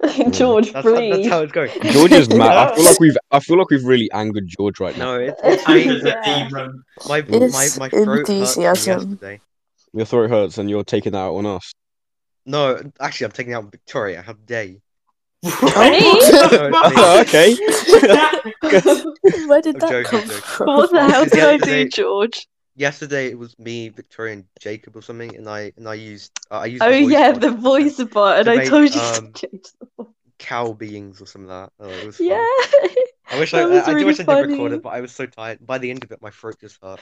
S6: George,
S5: That's, how, that's
S6: please.
S5: how it's going.
S1: George is mad. I feel like we've, I feel like we've really angered George right now.
S5: No, it's, it's
S6: I'm
S5: me.
S6: just a Yeah.
S3: demon.
S5: My my
S4: It's
S5: my throat hurts from
S4: enthusiasm.
S5: yesterday.
S1: Your throat hurts, and you're taking that out on us.
S5: No, actually, I'm taking out Victoria. How dare you?
S1: Oh, okay.
S4: Where did
S5: I'm
S4: that
S5: joking,
S4: come
S5: I'm joking.
S4: from?
S7: What the hell did I do,
S5: Yesterday-
S7: George?
S5: Yesterday it was me, Victoria, and Jacob or something, and I and I used uh, I used.
S7: Oh
S5: the voice
S7: yeah,
S5: bot
S7: the
S5: to
S7: voice bot, and I
S5: make,
S7: told you
S5: um,
S7: to change the voice.
S5: cow beings or something like that. Oh, it was fun.
S7: Yeah.
S5: I wish
S7: that
S5: I,
S7: was
S5: I, I do
S7: really
S5: wish I did record
S7: funny.
S5: it, but I was so tired. By the end of it, my throat just hurt.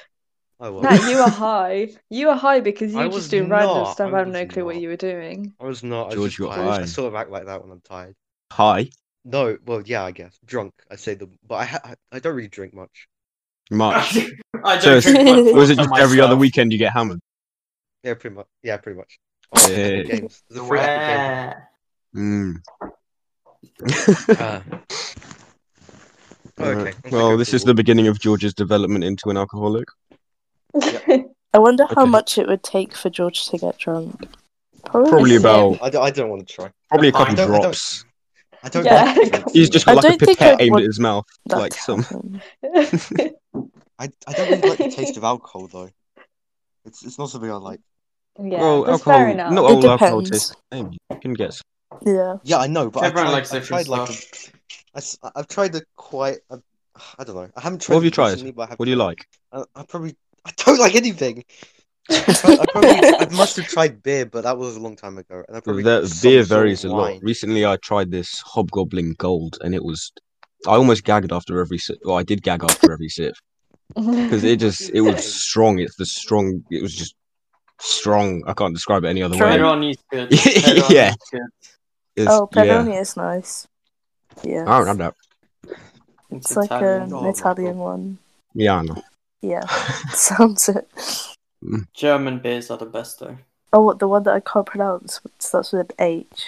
S5: Oh, I was.
S7: Nah, you were high. You were high because you
S5: I
S7: were
S5: was
S7: just doing random
S5: not,
S7: stuff.
S5: I
S7: I have no
S5: was
S7: clue what
S5: not.
S7: you were doing.
S5: I was not. I was
S1: George
S5: just
S1: got
S5: tired. I
S1: high.
S5: sort of act like that when I'm tired.
S1: Hi,
S5: No, well, yeah, I guess drunk. I say the, but I ha- I- I don't really drink much.
S1: March.
S3: I
S1: So
S3: don't
S1: it's-
S3: drink much
S4: it
S1: Or is it
S3: water
S1: just every other
S3: myself.
S1: weekend you get hammered?
S5: Yeah, pretty much. Yeah, pretty much.
S1: Yeah.
S5: Epic Games. The free Epic Games.
S3: Where?
S1: Mm.
S5: Uh, okay.
S1: Alright. Well, this is the beginning of George's development into an alcoholic.
S4: I wonder how
S1: Okay.
S4: much it would take for George to get drunk.
S1: Probably
S4: same.
S1: about
S5: I don't, I don't want to try.
S1: probably a couple
S5: I don't- I don't-
S1: drops.
S5: I don't.
S6: Yeah.
S5: like to drink
S1: He's
S5: too
S1: just
S4: I
S1: got like a
S4: don't think
S1: pipette
S4: I'd
S1: aimed
S4: want
S1: at his mouth,
S4: That
S1: like
S4: to
S1: some.
S4: happen.
S5: much. I, I don't really like the taste of alcohol though. It's it's not something I like.
S6: Yeah,
S1: well,
S6: that's
S1: alcohol,
S6: fair enough.
S1: not
S4: It
S1: all alcohol
S4: depends.
S1: tastes the same. You can get some.
S4: Yeah.
S5: Yeah, I know, but I
S3: Everyone
S5: tried,
S3: likes
S5: I
S3: different
S5: tried like a,
S3: stuff.
S5: I s- I've tried the quite. I, I don't know. I haven't tried.
S1: What have you
S5: them
S1: tried?
S5: recently, But I have
S1: What do you
S5: tried-
S1: like?
S5: I, I probably I don't like anything. I, tried- I probably I must have tried beer, but that was a long time ago, and I probably
S1: That
S5: some
S1: beer
S5: sort of
S1: varies a lot.
S5: wine.
S1: Recently, I tried this Hobgoblin Gold, and it was. I almost gagged after every sip. Well, I did gag after every sip because it just it was strong. It's the strong. It was just strong. I can't describe it any other
S3: Later
S1: way.
S3: on, he's good.
S1: Yeah.
S3: Later on, he's good.
S1: It's,
S4: Oh,
S1: yeah. Oh,
S4: pepperoni is nice. Yeah.
S1: I don't have that.
S4: It's, like
S3: Italian.
S4: um,
S5: Oh
S4: an
S5: my
S4: Italian
S5: God.
S4: one.
S1: Yeah, I know.
S4: Yeah. Sounds it.
S3: German beers are the best though.
S4: Oh, what, the one that I can't pronounce which starts with an H.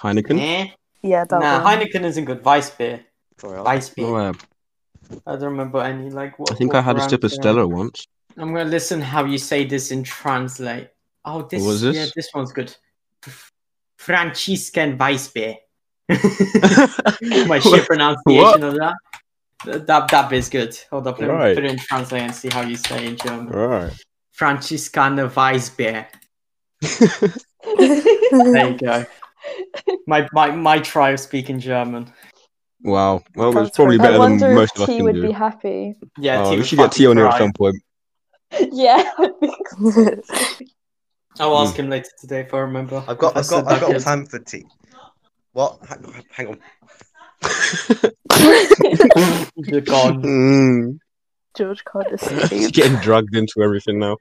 S1: Heineken.
S3: Eh?
S4: Yeah, that
S3: Nah,
S4: one.
S3: Heineken isn't good. Vice beer.
S5: Sorry, I-
S3: Vice beer.
S1: No, uh,
S3: I don't remember any like what.
S1: I think I had a
S3: what
S1: sip of
S3: brands, uh,
S1: Stella once.
S3: I'm gonna listen how you say this in translate. Oh, this,
S1: was this?
S3: yeah, this one's good. F- Franciscan Weissbier. My shit pronunciation of that. That that, that bit's good. Hold up, let me
S1: Right.
S3: put it in translate and see how you say it in German.
S1: Right.
S3: Franciscaner Weissbier. There you go. My my my try of speaking German.
S1: Wow. Well, it was
S4: Sounds
S1: probably
S4: pretty- I
S6: I
S1: better than
S6: wonder if
S1: most of us
S6: T
S1: can
S6: would be
S1: do.
S6: happy.
S3: Yeah,
S1: Oh,
S3: T
S1: we
S3: would
S1: should get
S3: fucking
S1: T on here at
S3: try.
S1: some point.
S6: Yeah, I think so.
S3: I'll
S1: Mm.
S3: ask him later today if I remember.
S5: I've got,
S3: If I said
S5: I've got, I've got
S3: that
S5: a plan for tea. What? Hang, hang on.
S3: good. You're gone.
S1: Mm.
S4: George can't
S1: She's
S4: escape.
S1: getting drugged into everything now.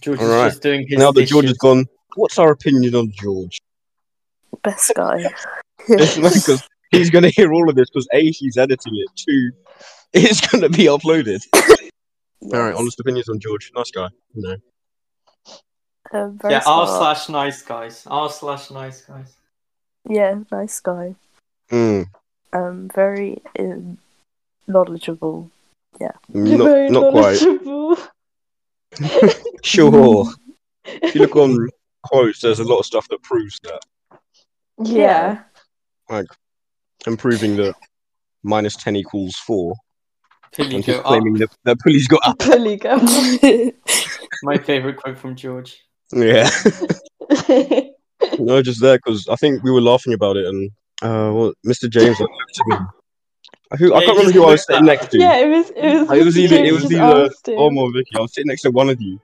S3: George
S1: All right.
S3: is just doing his
S1: now that George
S3: dishes.
S1: is gone, what's our opinion on George?
S4: Best guy.
S1: Because he's going to hear all of this because A, she's editing it. Two, it's going to be uploaded. All right,
S4: Yes.
S1: honest opinions on George. Nice guy. No.
S4: Um, very
S3: Yeah, R
S4: smart.
S3: slash nice guys. R slash nice guys.
S4: Yeah, nice guy.
S1: Mm.
S4: Um, very um, knowledgeable.
S1: Not, not quite. Sure. if you look on quotes, there's a lot of stuff that proves that.
S6: Yeah.
S1: And proving that minus 10 equals 4.
S3: Till you
S1: And he's
S3: go up.
S1: claiming that, that Pulley's got up.
S6: Pulley go.
S3: My favorite quote from George.
S1: Yeah. No, just there because I think we were laughing about it, and uh, well, Mr. James like, looked at me. I, who, I can't
S3: Yeah, he
S1: remember who I was
S3: looked at
S1: sitting next to.
S6: yeah, it was it was,
S1: It was
S6: Mr.
S1: either it
S6: James
S1: was uh,
S6: just
S1: either
S6: asked him.
S1: Om or Vicky. I was sitting next to one of you,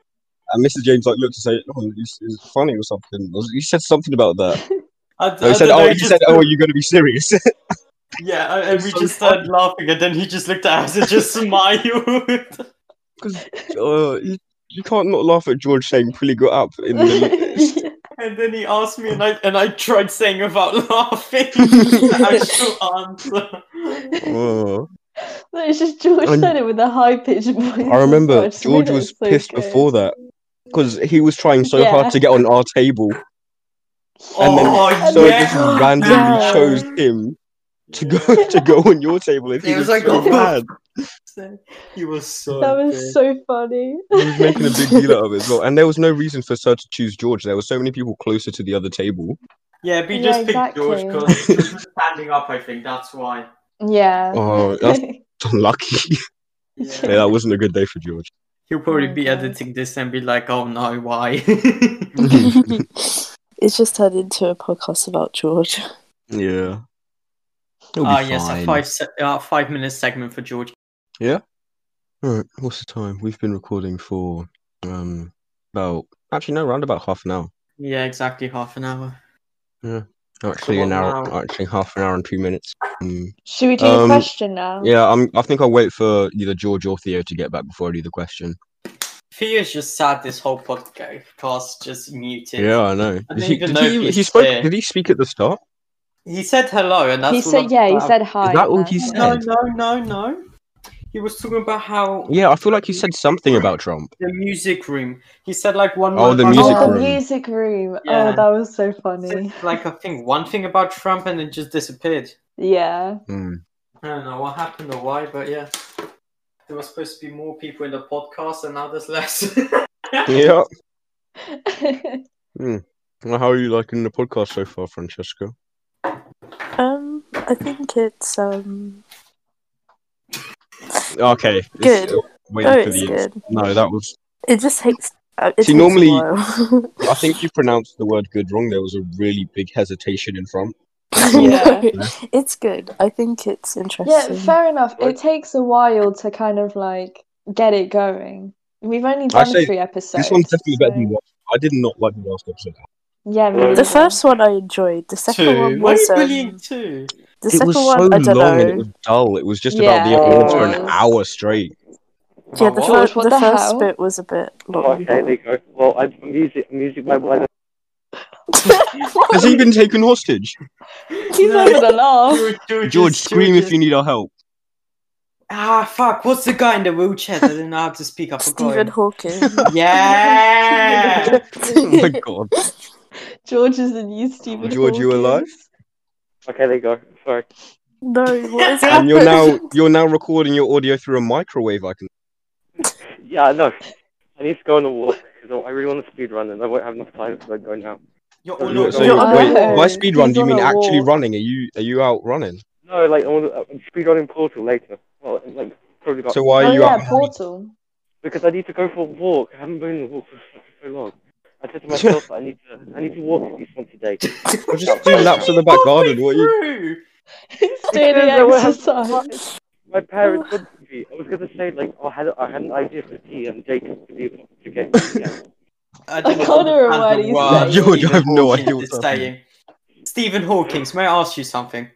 S1: and Mr. James like looked to say, "Oh, is is it funny or something?" Or He said something about that.
S3: I, d-
S1: And
S3: I
S1: he said,
S3: don't know,
S1: "Oh,
S3: he
S1: he
S3: just-
S1: said, oh, are you going to be serious?"
S3: yeah, and- and we
S1: so
S3: just started laughing, and then he just looked at us and just smiled.
S1: uh, you, you can't not laugh at George saying "Pully got up" in the.
S3: and then he asked me, and I and I tried saying without laughing. the actual answer.
S1: Oh.
S6: No, it's just George
S1: And-
S6: said it with a high pitched voice.
S1: I remember
S6: just made
S1: George
S6: it
S1: was
S6: so
S1: pissed
S6: good.
S1: before that because he was trying so
S6: Yeah.
S1: hard to get on our table. And then-
S3: oh
S1: So
S3: yeah.
S1: I just randomly
S4: Yeah.
S1: chose him to go to go on your table. If he
S3: It
S1: was
S3: was like,
S1: so
S3: oh.
S1: bad.
S3: he was so.
S6: That was
S3: pissed.
S6: so funny.
S1: He was making a big deal out of it as well. And there was no reason for Sir to choose George. There were so many people closer to the other table.
S3: yeah, but he
S6: Yeah,
S3: just picked George
S6: exactly.
S3: because he was standing up. I think that's why.
S6: Yeah.
S1: Oh, that's unlucky.
S3: Yeah.
S1: yeah, that wasn't a good day for George.
S3: He'll probably be
S6: Okay.
S3: editing this and be like, "Oh no, why?"
S4: it's just turned into a podcast about George.
S1: yeah. It'll be
S3: Ah, yes, a
S1: fine.
S3: five se- uh, five minute segment for George.
S1: All right, what's the time? We've been recording for um about actually no, around about half an hour.
S3: Yeah, exactly half an hour.
S1: Actually, an
S3: what
S1: hour.
S3: now?
S1: Actually, half an hour and two minutes. Mm.
S6: Should we do a
S1: Um,
S6: question now?
S1: Yeah, I'm, I think I'll wait for either George or Theo to get back before I do the question.
S3: Theo's just sad. This whole podcast just muted.
S1: Yeah, I know.
S3: I
S1: Is
S3: don't
S1: he,
S3: even
S1: did
S3: know
S1: he,
S3: if
S1: even-
S3: he's
S1: he spoke.
S3: there.
S1: Did he speak at the start?
S3: He said hello, and that's
S6: He
S3: all
S6: said,
S3: I'm
S6: yeah, he
S3: about.
S6: said hi.
S1: that all
S6: and
S1: he
S6: that's
S1: said?
S3: No, no, no, no. He was talking about how
S1: Yeah, I feel like he said something about Trump.
S3: the music room. He said like one.
S1: Oh,
S3: word
S1: the
S3: about-
S6: Oh,
S1: music
S6: the
S1: room.
S6: music room.
S3: Yeah.
S6: Oh, that was so
S3: He
S6: funny.
S3: said, like I think one thing about Trump, and it just disappeared.
S6: Yeah.
S1: Hmm.
S3: I don't know what happened or why, but yeah. There was supposed to be more people in the podcast and now there's less.
S1: Yeah. Well, how are you liking the podcast so far, Francesco?
S4: Um, I think it's um
S1: Okay. it's-
S4: Good.
S1: waiting
S4: oh,
S1: for
S4: it's
S1: the-
S4: good.
S1: No, that was
S4: It just takes. uh, It
S1: See,
S4: takes
S1: normally-
S4: A while.
S1: I think you pronounced the word good wrong. There was a really big hesitation in front.
S7: Yeah.
S4: it's good. I think it's
S6: Yeah,
S4: interesting.
S6: fair enough.
S1: Right.
S6: It takes a while to kind of like get it going. We've only
S1: I
S6: done
S1: say,
S6: three episodes.
S1: This one's definitely better than
S6: so-
S1: what I did not like the last episode.
S6: Yeah, me
S4: The
S6: neither.
S4: first one I enjoyed. The second
S3: Two.
S4: one
S3: Why are you
S4: was
S3: bullying
S4: um,
S3: two?
S4: the
S1: it
S4: second
S1: was so
S4: one. I don't
S1: long and
S4: know.
S1: it was dull. It was just about the
S7: Yeah,
S1: awards
S7: it
S1: for an
S7: was.
S1: hour straight.
S4: yeah, the,
S3: Wow,
S6: George,
S4: fir-
S6: what
S4: the,
S6: the
S4: first
S6: hell?
S4: bit was a bit long.
S8: Okay, there you go. Well, I, I'm using, I'm using my word.
S1: Has he been taken hostage?
S6: He's
S3: No.
S6: over the laugh.
S3: George, George,
S1: Oh, George,
S3: is-
S1: scream
S3: George
S1: if
S3: is-
S1: you need our help.
S3: Ah, fuck! What's the guy in the wheelchair that didn't know how to speak? I forgot.
S4: Stephen
S3: him.
S4: Hawking.
S3: Yeah.
S1: oh my god.
S6: George is the new Stephen.
S1: George, you alive?
S6: Hawkins.
S8: Okay, there you go. Sorry.
S4: no, what is
S1: And you're now
S4: happening?
S1: you're now recording your audio through a microwave. I can.
S8: Yeah, I know. I need to go on a walk because I really want to speed run and I won't have enough time because I go now.
S3: You're
S8: Oh,
S3: all
S8: no,
S3: over.
S1: so
S4: you're
S1: you-
S4: on a
S1: wait,
S6: walk.
S1: by speed run,
S6: He's
S1: do you
S6: on
S1: mean
S6: a
S1: actually
S6: walk.
S1: running? Are you are you out running?
S8: No, like I want to, I'm speed running Portal later. Well, like probably about
S1: So why are
S6: Oh
S1: you
S6: yeah,
S1: out?
S6: Portal.
S8: because I need to go for a walk. I haven't been on a walk for so long. I said to myself that I need to I need to walk at least once a day.
S1: Or just do laps of the back garden. What are you?
S6: He's doing
S8: Because I
S6: the
S8: will have-
S6: exercise.
S8: My parents wanted me. I was gonna say like I had I had an idea for tea and Jacob to be able to get. Yeah.
S6: I can't remember what he's saying.
S1: George, I have no idea what's
S3: saying. Stephen Hawking, may I ask you something?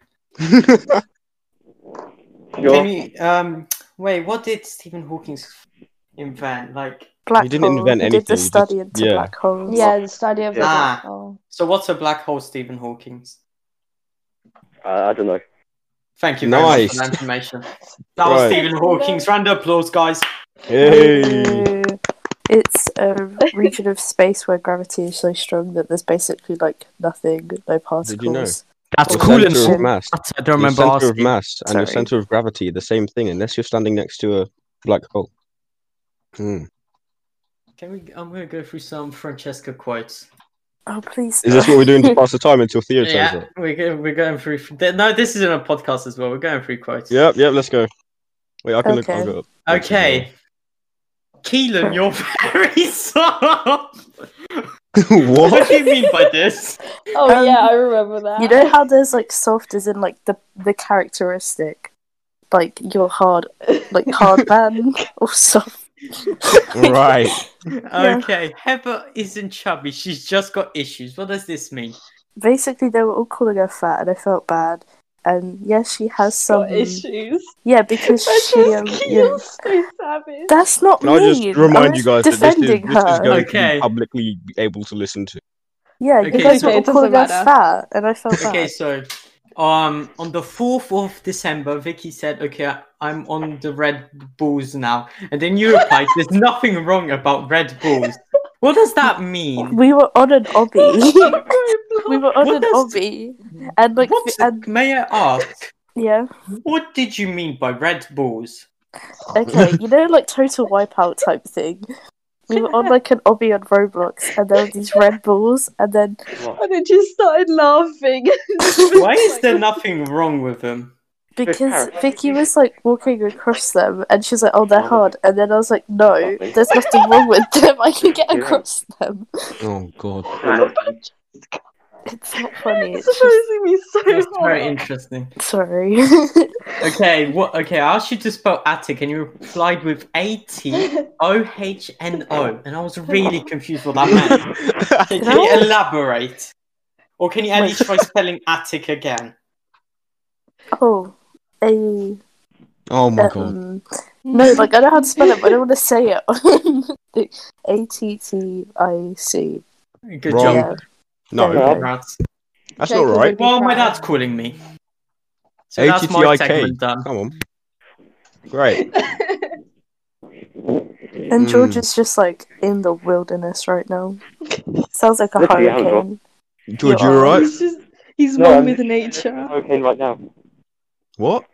S8: Sure.
S3: Can you um wait? What did Stephen Hawking invent? Like,
S4: Black
S1: He didn't
S4: hole.
S1: invent
S4: he
S1: anything,
S4: did
S1: he
S4: the
S1: just-
S4: study into
S1: yeah.
S4: black holes.
S6: Yeah, the study of the
S3: Ah.
S6: black hole.
S3: so what's a black hole, Stephen Hawking?
S8: Uh, I don't know.
S3: Thank you very
S1: Nice.
S3: much for that information. That was
S1: Right.
S3: Stephen Hawking's. Round of applause, guys.
S1: hey.
S4: Uh, It's a region of space where gravity is so strong that there's basically like nothing, no particles.
S1: Did you know?
S3: That's
S1: Your
S4: cool
S1: center of
S4: info.
S1: mass.
S3: I don't
S1: Your center of mass and your
S4: Sorry.
S1: center of gravity are the same thing, unless you're standing next to a black hole. Hmm.
S3: Can we? I'm gonna go through some Francesca quotes.
S4: Oh please.
S1: Is this what we're doing to pass the time until Theo turns
S3: Yeah,
S1: up?
S3: we're go- we're going through. No, this isn't a podcast as well. We're going through quotes.
S1: Yep, yep. Let's go. Wait, I can
S4: Okay.
S1: look. I'll go up.
S3: Okay. Keelan, you're very soft. What
S1: what?
S3: do you mean by this?
S6: Oh
S4: Um,
S6: yeah, I remember that.
S4: You know how there's like soft is in like the the characteristic, like you're hard, like hard man or soft.
S1: right.
S4: Yeah.
S3: Okay, Heather isn't chubby. She's just got issues. What does this mean?
S4: Basically, they were all calling her fat, and I felt bad. And yes, she has some.
S6: Got issues.
S4: Yeah, because
S6: That's
S4: she. Um,
S6: just
S4: yeah.
S6: you're so savage.
S4: That's not
S1: Can I just
S4: mean.
S1: remind
S4: was
S1: you guys that this is,
S4: defending
S1: this is
S4: her.
S1: going to
S3: Okay.
S1: be publicly able to listen to.
S4: Yeah,
S3: Okay,
S4: you guys
S3: so-
S4: were
S6: Okay,
S4: all
S6: it doesn't
S4: calling her
S6: matter.
S4: fat, and I felt bad.
S3: Okay, so um on the 4th of December, Vicky said, "Okay, I'm on the Red Bulls now." And then you replied, "There's nothing wrong about Red Bulls." What does that mean?
S4: We were on an obby. we were on
S3: What
S4: an
S3: does-
S4: obby, and like,
S3: What's
S4: and
S3: may I ask?
S4: yeah,
S3: What did you mean by Red Bulls?
S4: okay, you know, like total wipeout type thing. We were on like an obby on Roblox, and there were these Red Bulls, and then
S6: And it just started laughing.
S3: Why is there nothing wrong with them?
S4: because Vicky was like walking across them, and she's like, "Oh, they're hard," and then I was like, "No, there's nothing wrong with them. I can get across them.
S1: Oh God.
S4: It's not funny.
S6: It's
S4: It's just...
S6: supposed to be so
S3: That's
S6: hard.
S3: very interesting.
S4: Sorry."
S3: Okay, what? Okay, I asked you to spell attic, and you replied with A T O H N
S1: Oh.
S3: O, and I was really confused what that meant. So can you elaborate, or can you at least try spelling attic again?
S4: oh, a.
S1: Oh my God.
S4: Um, no, like I know how to spell it, but I don't want to say it. A T T I C.
S3: Good
S1: Wrong.
S3: job,
S4: Yeah,
S1: No,
S4: Yeah.
S3: Rats.
S1: that's
S6: Jacob
S1: not right.
S6: would be
S3: Well, my
S6: proud.
S3: dad's calling me, so that's my
S1: ATTIK.
S3: segment done.
S1: Come on. Great.
S4: and
S1: Mm.
S4: George is just like in the wilderness right now. Sounds like a
S8: Look at the outdoor.
S4: hurricane.
S1: George, you
S4: are.
S1: alright?
S6: He's just he's
S8: No,
S6: one
S8: I'm-
S6: with nature.
S8: Okay, right now.
S1: What?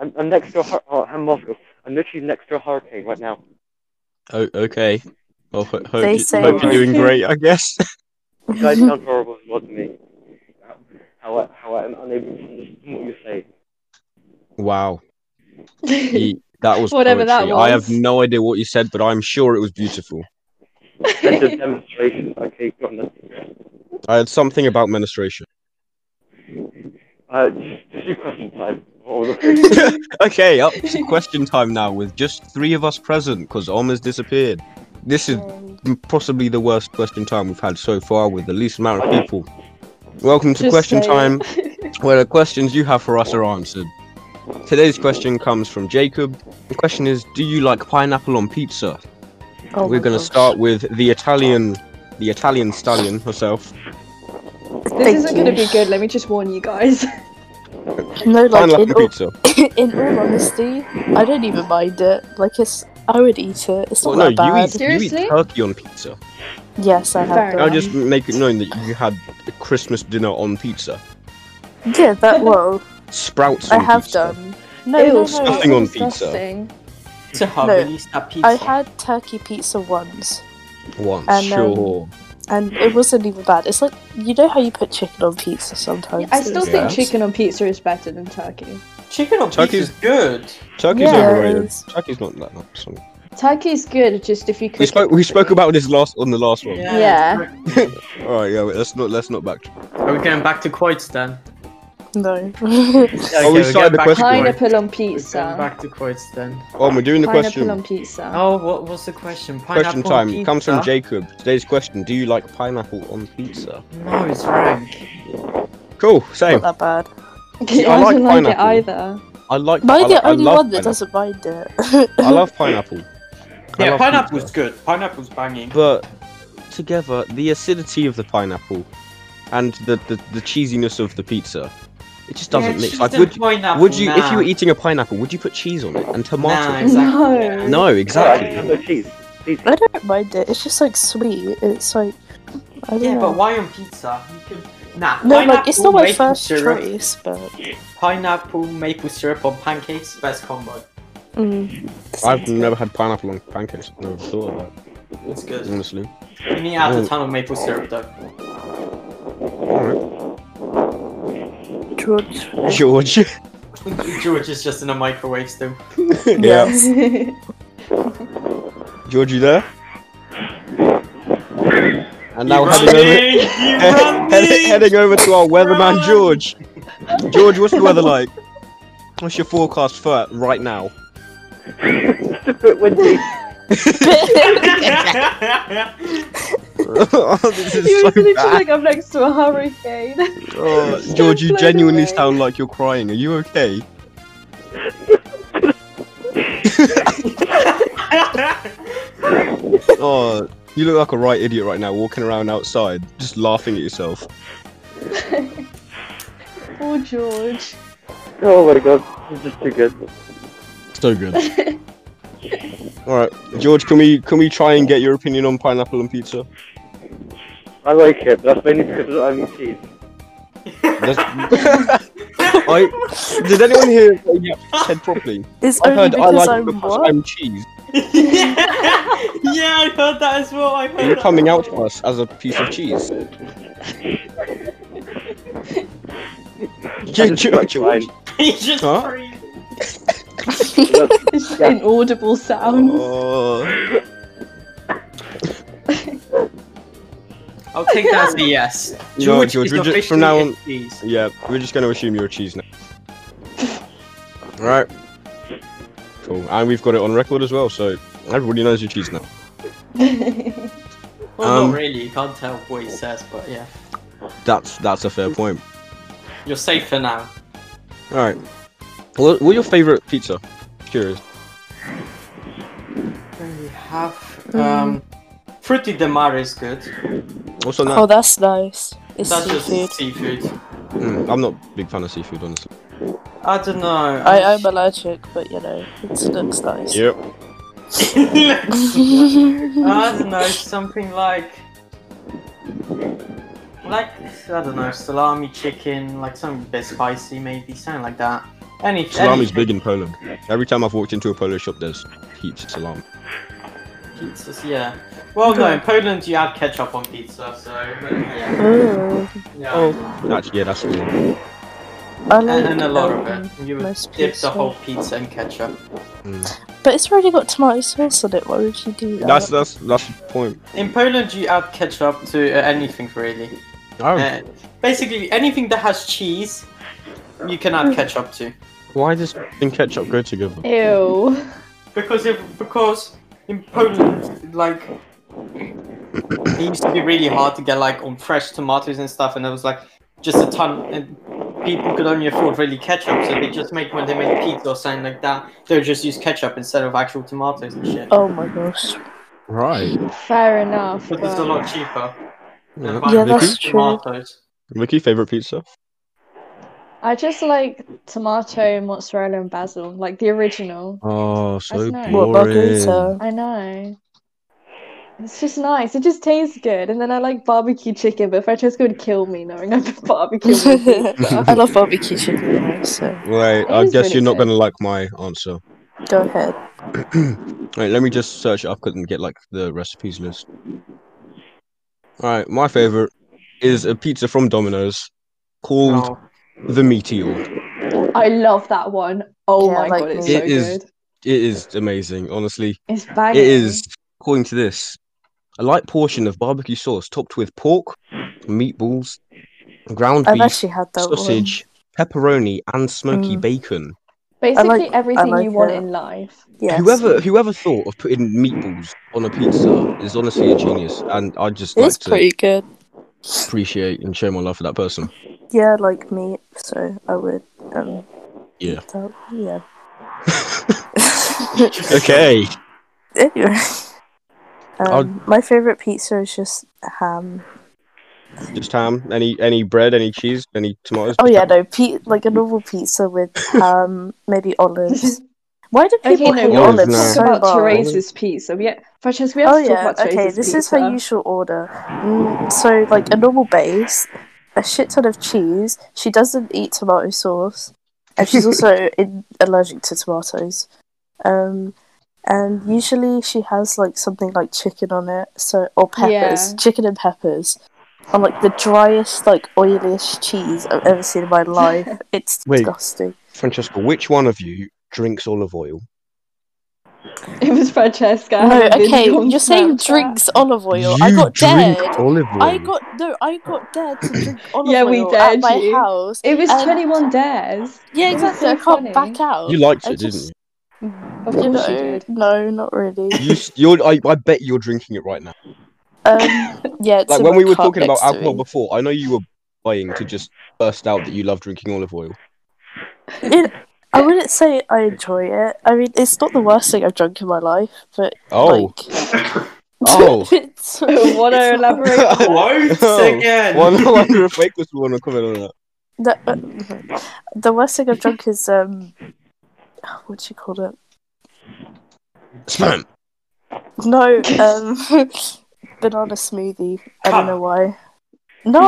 S8: I'm, I'm next to a hur- oh, I'm Moscow. I'm literally next to a hurricane right now.
S1: Oh, okay. Well, ho- hope,
S4: They
S1: you,
S4: say-
S1: hope you're doing great, I guess.
S8: You guys sound horrible as well to me. How I, how I am unable to understand what you say.
S1: wow. Ye- That was
S7: Whatever that
S1: poetry. I have
S7: was.
S1: no idea what you said, but I'm sure it was beautiful.
S8: That's a demonstration. Okay, got nothing.
S1: I had something about menstruation.
S8: Uh, just, just your question time. What was it?
S1: okay, up to question time now with just three of us present because Om has disappeared. This is
S4: Um,
S1: possibly the worst question time we've had so far with the least amount of people. Welcome to
S7: Just
S1: question
S7: say
S1: time,
S7: it.
S1: where the questions you have for us are answered. Today's question comes from Jacob. The question is, do you like pineapple on pizza?
S4: oh
S1: We're going
S4: my
S1: to
S4: gosh.
S1: start with the Italian, the Italian stallion herself.
S7: This
S4: Thank
S7: isn't
S4: you.
S7: going to be good. Let me just warn you guys.
S4: No, like
S1: pineapple
S4: in
S1: on
S4: all,
S1: pizza.
S4: in all honesty, I don't even mind it. Like it's, I would eat it. It's
S1: Well,
S4: not
S1: no,
S4: that bad.
S1: you eat, you
S7: Seriously?
S1: eat turkey on pizza.
S4: Yes, I
S7: Fair
S4: have.
S1: I'll
S4: Done.
S1: just make it known that you had a Christmas dinner on pizza.
S4: Yeah, that well,
S1: Sprouts.
S4: I
S1: on
S4: have
S1: pizza.
S4: done. No, no, no,
S7: Ew,
S1: Nothing
S7: that's
S1: on
S7: disgusting.
S3: to her
S4: No,
S3: release that pizza.
S4: I had turkey pizza once,
S1: Once,
S4: And, um,
S1: sure.
S4: and it wasn't even bad. It's like you know how you put chicken on pizza sometimes.
S7: I still
S4: It's-
S1: Yeah.
S7: think chicken on pizza is better than turkey.
S3: Chicken on pizza
S1: Turkey's-
S3: is good.
S1: Turkey's
S7: Yeah.
S1: overrated.
S4: Yes.
S1: Turkey's not that much. so-
S7: Turkey's good just if you cook
S1: We spoke.
S7: it.
S1: We spoke about this last on the last one.
S7: Yeah.
S3: exactly.
S1: All right. Yeah. Wait, let's not. Let's not back.
S3: Are we going back to quotes then?
S4: No.
S1: Oh, we
S3: we're
S1: started
S3: going
S1: the
S3: back
S1: question.
S3: to quotes.
S7: Pineapple on
S3: We're going
S7: pizza.
S3: back to quotes then.
S1: Oh, we're doing the
S7: Pineapple on
S1: question.
S7: pizza.
S3: Oh, what was the question? Pineapple
S1: Question
S3: on
S1: time.
S3: pizza?
S1: It comes from Jacob. Today's question: Do you like pineapple on pizza?
S3: No, it's rank.
S1: Cool. Same.
S4: not that bad.
S7: Okay,
S1: I
S7: I,
S1: like
S7: don't like it
S1: pineapple.
S7: either.
S1: I like.
S4: Am I
S1: I, li-
S4: the
S1: I
S4: only
S1: love Um,
S4: one that
S1: pineapple.
S4: doesn't mind it?
S1: I love pineapple. I
S3: Yeah,
S1: love
S3: pineapple's
S1: pizza.
S3: good. Pineapple's banging.
S1: But together, the acidity of the pineapple and the the, the cheesiness of the pizza, it just doesn't
S3: Yeah,
S1: mix.
S3: cheese
S1: Like,
S3: and
S1: would
S3: pineapple,
S1: would you if you were
S3: nah.
S1: eating a pineapple, would you put cheese on it and
S3: Nah,
S1: tomatoes?
S3: exactly.
S7: No.
S3: yeah.
S1: No, exactly.
S8: No, cheese. Cheese.
S4: I don't mind it. It's just like sweet. It's like I don't
S3: Yeah,
S4: know.
S3: but why on pizza? You can... Nah,
S4: no, like it's not my
S3: maple
S4: first
S3: syrup,
S4: choice, but
S3: Pineapple, maple syrup on pancakes, best combo.
S4: mm,
S1: I've never had pineapple on pancakes. Never thought of that.
S3: It's good.
S1: Honestly.
S3: You need to add a
S1: Mm.
S3: ton of maple syrup though.
S1: Alright.
S4: George.
S1: George.
S3: George is just in a microwave still.
S1: yeah. George, you there? And now
S3: You
S1: heading over,
S3: running! You running!
S1: heading, heading over to our weatherman,
S3: Run!
S1: George. George, what's the weather like? What's your forecast for right now?
S8: Windy.
S1: this
S7: He
S1: is so
S7: was literally
S1: bad.
S7: like, I'm next to a hurricane.
S1: Oh,
S7: so
S1: George, you
S7: blown
S1: genuinely
S7: away.
S1: sound like you're crying. Are you okay? Oh, you look like a right idiot right now, walking around outside, just laughing at yourself.
S7: Poor George.
S8: Oh my god, this is too good.
S1: So good. All right, George, can we can we try and get your opinion on pineapple and pizza?
S8: I like it, but that's mainly because I'm cheese.
S1: Does- I, did anyone hear what you said properly?
S4: It's
S1: I
S4: only
S1: heard I
S4: because
S1: like
S4: I'm
S1: it because
S4: what?
S1: I'm cheese.
S3: yeah, yeah, I heard that as well. I heard
S1: You're
S3: that.
S1: coming out to us as a piece of cheese.
S8: That is
S1: George,
S8: fine.
S3: He just
S1: Huh?
S3: screamed.
S8: That's-
S7: It's just
S8: Yeah.
S7: inaudible sounds.
S1: oh,
S3: I'll take that as a yes.
S1: You know what, George,
S3: is
S1: we're ju-
S3: officially
S1: from now
S3: a
S1: on-
S3: cheese.
S1: yeah, we're just going to assume you're a cheese now. All right. Cool, and we've got it on record as well, so everybody knows you're cheese now. Oh.
S3: Well,
S1: Um,
S3: not really. You can't tell what he says, but yeah,
S1: That's that's a fair point.
S3: you're safe for now.
S1: All right. What, what's your favorite pizza? Curious.
S3: We have
S4: Mm.
S3: um, fruity de mar is good.
S1: What's on that?
S4: Oh, that's nice. It's
S3: That's
S4: seafood.
S3: just seafood.
S1: Mm, I'm not a big fan of seafood, honestly.
S3: I don't know.
S4: I am allergic, but you know, it looks nice.
S1: Yep.
S3: I don't know, something like like I don't know, salami chicken, like something a bit spicy maybe, something like that. Any
S1: Salami's
S3: anything.
S1: big in Poland. Every time I've walked into a Polish shop, there's heaps of salami.
S3: pizzas, yeah. Well no, in Poland you add ketchup on pizza, so yeah.
S4: Ooh.
S3: yeah.
S4: Oh.
S1: Oh. Actually, yeah, that's the one.
S4: I like
S3: and, and a lot of
S4: um,
S3: it. You would
S4: most
S3: dip the
S4: pizza.
S3: whole pizza in ketchup.
S4: But it's already got tomato sauce on it. Why would you do that?
S1: That's that's that's the point.
S3: In Poland, you add ketchup to uh, anything really.
S1: Oh,
S3: Uh, basically, anything that has cheese, you can add ketchup to.
S1: why does and ketchup go together?
S7: Ew.
S3: Because if because in Poland, like it used to be really hard to get like on fresh tomatoes and stuff, and it was like just a ton. And people could only afford really ketchup, so they just make when they make pizza or something like that, they'll just use ketchup instead of actual tomatoes and shit.
S4: Oh my gosh.
S1: Right,
S7: Fair enough.
S3: But it's a
S7: But
S3: lot cheaper. than
S1: Yeah.
S3: buying
S4: Yeah, that's
S3: fresh
S4: true.
S3: tomatoes.
S1: Ricky, favorite pizza?
S6: I just like tomato, mozzarella, and basil, like the original.
S1: Oh, so
S6: That's nice.
S4: What
S1: boring.
S4: margarita?
S6: I know. It's just nice. It just tastes good. And then I like barbecue chicken, but Francesco would kill me knowing I put barbecue. on pizza.
S4: I love barbecue chicken, though, so
S1: Right,
S6: It
S1: I
S6: is
S1: guess
S6: really
S1: you're not
S6: good.
S1: gonna like my answer.
S4: go ahead.
S1: Right, let me just search it up and get like the recipes list. All right, my favorite is a pizza from Domino's called
S3: No.
S6: Oh.
S1: the Meteor.
S6: I love that one. Oh
S4: Yeah,
S6: my
S4: like
S6: god, it's
S4: me.
S6: so
S1: It is-
S6: good.
S1: It is amazing, honestly.
S6: It's banging.
S1: It is, according to this, a light portion of barbecue sauce topped with pork, meatballs, ground
S4: I've
S1: beef,
S4: actually had that
S1: sausage, pepperoni, and smoky
S4: Mm.
S1: bacon.
S6: Basically
S4: I like-
S6: everything
S4: like
S6: you want
S4: it.
S6: in life.
S4: one. Yes.
S1: Whoever whoever thought of putting meatballs on a pizza is honestly a genius, and I just
S4: It
S1: like
S4: is
S1: to
S4: pretty good.
S1: appreciate and show my love for that person.
S4: Yeah, I like meat, so I would. Um,
S1: Yeah.
S4: eat that. yeah.
S1: Okay,
S4: anyway,
S1: I'll-
S4: um, my favorite pizza is just ham.
S1: just ham, any any bread, any cheese, any tomatoes.
S4: Oh
S1: just
S4: yeah,
S1: ham.
S4: no, pe- like a normal pizza with um maybe olives. Why do people
S6: Okay, no,
S4: hate
S6: we
S1: Olives,
S4: olives
S1: no.
S6: talk
S4: so
S6: about
S4: much?
S6: Teresa's pizza. We Francesco, we have
S4: Oh
S6: to talk
S4: yeah,
S6: about
S4: okay.
S6: Teresa's
S4: This
S6: pizza.
S4: is how you should order. Mm, so like a normal base, a shit ton of cheese. She doesn't eat tomato sauce, and she's also in- allergic to tomatoes. Um, and usually she has like something like chicken on it, so or peppers,
S7: Yeah.
S4: chicken and peppers. On like the driest, like oiliest cheese I've ever seen in my life. It's
S1: Wait.
S4: disgusting.
S1: Francesco, which one of you drinks olive oil?
S7: It was Francesca.
S4: No,
S7: having this
S4: okay,
S7: on
S4: you're saying
S7: Snapchat.
S4: drinks olive oil.
S1: you
S4: I got
S1: drink
S4: dared.
S1: olive oil.
S4: I got no. I got dared to drink olive
S7: Yeah,
S4: oil
S7: we
S4: at
S7: dared
S4: my
S7: you.
S4: house.
S7: It was
S4: Um,
S7: 21 dares.
S4: Yeah,
S7: It was
S4: exactly.
S7: so
S4: I can't
S7: funny.
S4: back out.
S1: You liked
S4: I
S1: it, didn't
S4: just-
S1: you?
S7: Of
S4: you
S7: course you
S4: know,
S7: did.
S4: No, not really.
S1: You, s- you're, I, I bet you're drinking it right now.
S4: Um, yeah, it's
S1: Like
S4: in
S1: when
S4: my
S1: we were
S4: cup
S1: talking about
S4: next to
S1: alcohol
S4: me.
S1: before, I know you were buying to just burst out that you love drinking olive oil.
S4: It, I wouldn't say I enjoy it. I mean, it's not the worst thing I've drunk in my life, but
S1: Oh,
S4: like,
S1: oh,
S4: it's,
S7: Want to
S4: it's not-
S7: elaborate? on that?
S3: Quotes
S1: Oh.
S3: again.
S1: well, I wonder if Wake was want to comment on that.
S4: The, uh, the worst thing I've drunk is um, what do you call it?
S1: Slam.
S4: No, um, banana smoothie. I don't know why. No.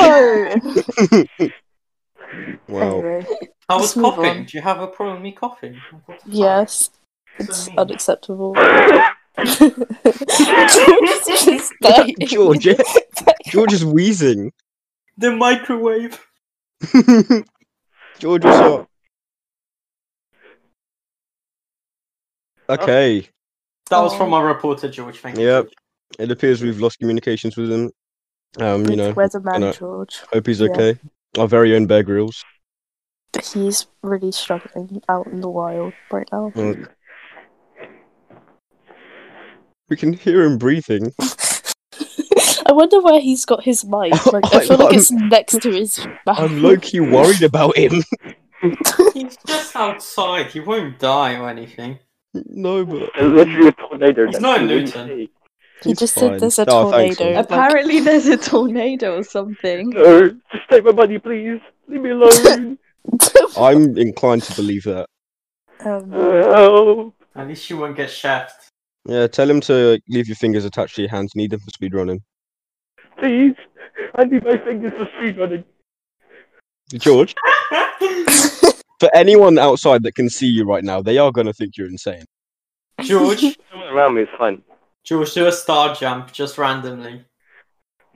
S1: Wow.
S4: Anyway,
S3: I was
S4: Let's move
S3: coughing.
S4: on.
S3: Do you have a problem with me coughing? What the
S4: yes,
S3: fuck? So
S4: it's
S3: mean.
S4: unacceptable. George is just dying.
S1: George, George is wheezing.
S3: The microwave.
S1: George was up.
S4: Oh.
S1: Okay,
S3: That was from our reporter, George. Thank you.
S1: Yep. it appears we've lost communications with him. Um, you know,
S4: Weatherman
S1: you know.
S4: George.
S1: hope he's
S4: Yeah.
S1: okay. Our very own Bear Grylls.
S4: But he's really struggling out in the wild right now.
S1: We can hear him breathing.
S4: I wonder where he's got his mic. Like, I feel like
S1: I'm-
S4: it's next to his mouth.
S1: I'm low key worried about him.
S3: He's just outside. He won't die or anything.
S1: no, but
S8: There's literally a tornado.
S3: It's
S8: next
S3: not
S8: to you,
S3: Luton.
S8: wouldn't you
S4: he
S1: he's
S4: just
S1: fine.
S4: said there's a
S1: Oh, thanks,
S4: tornado.
S1: Lord.
S4: Like,
S6: Apparently, there's a tornado or something.
S8: see? No, just take my money, please. Leave me alone.
S1: I'm inclined to believe that.
S8: Uh,
S4: um,
S8: Help.
S3: At least you won't get shafted.
S1: Yeah, tell him to leave your fingers attached to your hands. Need them for speedrunning.
S8: Please. I need my fingers for speedrunning.
S1: George, for anyone outside that can see you right now, they are going to think you're insane.
S3: George,
S8: Someone around me is fine.
S3: George, do a star jump just randomly.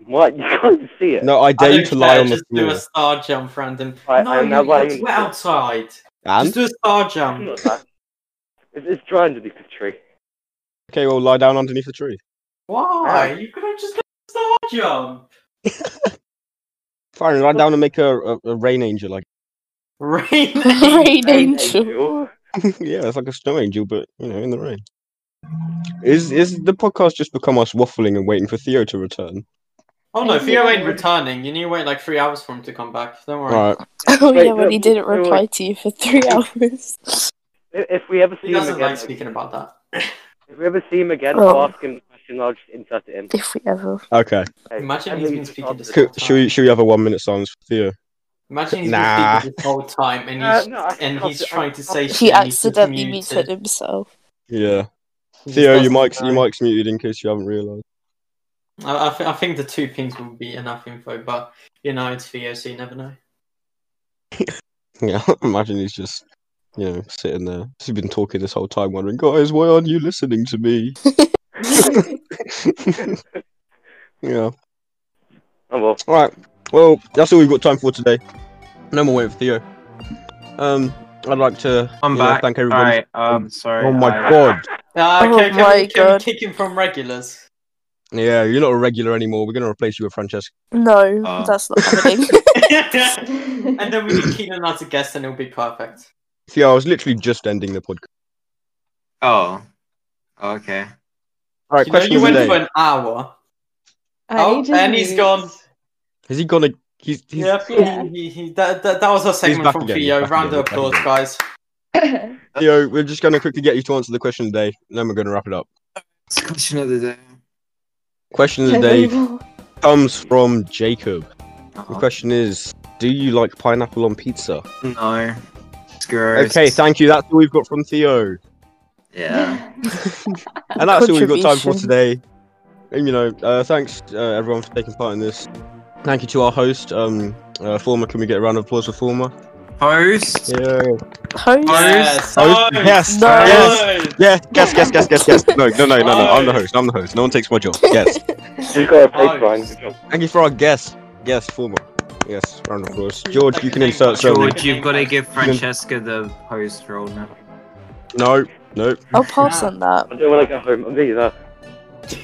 S8: What? You can't see it.
S1: No, I dare you
S3: don't
S1: to lie
S3: care,
S1: on the
S3: just do
S1: floor.
S3: a star jump, random.
S8: I-
S3: no,
S8: I'm
S3: you-
S8: now lying
S3: it's
S8: on the
S3: wet
S8: floor.
S3: outside.
S1: And
S3: Just do a star
S8: I'm
S3: jump.
S8: not that. It's, it's dry underneath the tree.
S1: okay, well, lie down underneath the tree.
S3: Why? You could have just done a star jump.
S1: Fine, lie down and make a, a, a rain angel. Like,
S3: Rain.
S4: Rain
S8: Hey,
S4: angel.
S8: Angel.
S1: yeah, it's like a snow angel, but you know, in the rain. Is is the podcast just become us waffling and waiting for Theo to return?
S3: Oh no,
S7: Angel.
S3: Theo ain't returning. You need to wait like three hours for him to come back. Don't
S1: All
S3: worry.
S1: right,
S4: Oh
S8: Wait,
S4: yeah, when
S8: no,
S4: he didn't
S8: wait, wait.
S4: reply to you for three hours.
S8: If if we ever see
S3: He
S8: him
S3: doesn't
S8: again,
S3: like speaking about that.
S8: if we ever see him again,
S4: Oh.
S8: I'll ask him the question. I'll just insert it in.
S4: If we ever.
S1: okay.
S8: Hey,
S3: Imagine
S8: and
S3: he's
S8: then
S3: been
S8: just
S3: speaking
S8: answer
S3: this
S8: it.
S1: Could, should we should we have a one minute silence for Theo?
S3: Imagine he's
S1: Nah.
S3: been speaking this whole time and
S8: Uh,
S3: he's
S8: no, I
S3: and
S8: can't
S3: he's
S8: do- I
S3: trying to
S8: can't
S3: say shit.
S4: He
S3: and he's just
S4: accidentally muted
S3: muted.
S4: himself.
S1: Yeah,
S3: He just
S1: Theo, your
S3: doesn't
S1: mic's your
S3: know.
S1: mic's muted in case you haven't realised.
S3: I, I, th- I think the two pings will be enough info, but you know it's Theo, so you never know.
S1: Yeah, imagine he's just you know sitting there. He's been talking this whole time, wondering, guys, why aren't you listening to me? yeah.
S8: Oh well.
S1: All right. Well, that's all we've got time for today. No more waiting for Theo. Um, I'd like to
S2: I'm
S1: you know,
S2: back.
S1: thank everybody.
S2: Alright, um, sorry.
S1: Oh my
S2: I-
S1: god.
S3: Uh,
S4: Oh
S3: can, can
S4: my
S3: we, can
S4: God.
S3: we kick him from regulars?
S1: Yeah, you're not a regular anymore. We're gonna replace you with Francesca.
S4: No,
S1: Ah.
S2: Oh.
S4: that's not happening.
S3: and then we can keep him as a guest, and it'll be perfect.
S1: Theo, I was literally just ending the podcast.
S2: Oh. Okay.
S1: All right,
S3: you know,
S1: question
S3: you
S1: of the
S3: went for
S1: day.
S3: an hour.
S7: I
S3: oh,
S7: need
S3: and
S7: his
S3: he's gone.
S1: Has he gonna? He's, he's
S3: Yep.
S7: Yeah.
S3: He, he, he, that, that, that was our segment
S1: back
S3: from
S1: again,
S3: Theo.
S1: he's back
S3: Round
S1: again,
S3: of
S1: he's back
S3: applause,
S1: again.
S3: guys.
S7: news.
S1: Theo. We're just gonna quickly get you to answer the question of the day, and then we're gonna wrap it up.
S2: It's question of the day.
S1: Question of the day comes from Jacob.
S2: Oh,
S3: Oh.
S1: The question is, do you like pineapple on pizza?
S2: No. It's gross.
S1: Okay, thank you. That's all we've got from Theo,
S2: Yeah.
S1: and that's all we've got time for
S4: Contribution.
S1: today. And, you know, uh, thanks uh, everyone for taking part in this. Thank you to our host, um, uh, Former. Can we get a round of applause for Former?
S2: Host?
S1: Yeah.
S4: Host?
S3: Yes.
S1: Host? Oh, Yes.
S4: No.
S1: Yes. Yeah, guess, guess, guess, guess, guess. No, no, no, no, no. I'm the
S3: Nice.
S1: host. I'm the host. No one takes my job. Yes.
S8: You've got a break,
S3: Nice.
S8: Brian. Good job.
S1: Thank you for our guest. Yes, former. Yes, round of applause. George, you can insert something.
S2: George, you've got to give Francesca the host role now.
S1: No, no.
S4: I'll pass on that.
S8: I don't want to go home. I'm doing that.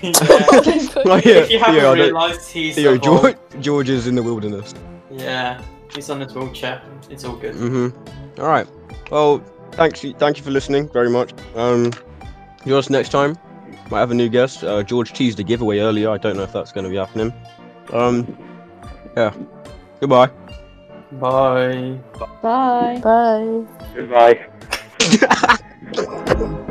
S3: Yeah.
S1: Not here.
S3: If you haven't
S1: Theo, I don't-
S3: realised, he's
S1: Theo,
S3: the whole-
S1: George, George is in the wilderness.
S3: Yeah, he's on his wheelchair. It's all good.
S1: Mm-hmm. All right. Well, thanks. Thank you for listening very much. Um, yours next time. Might have a new guest. Uh, George teased a giveaway earlier. I don't know if that's going to be happening. Um, yeah. Goodbye.
S3: Bye.
S7: Bye.
S4: Bye.
S8: Goodbye.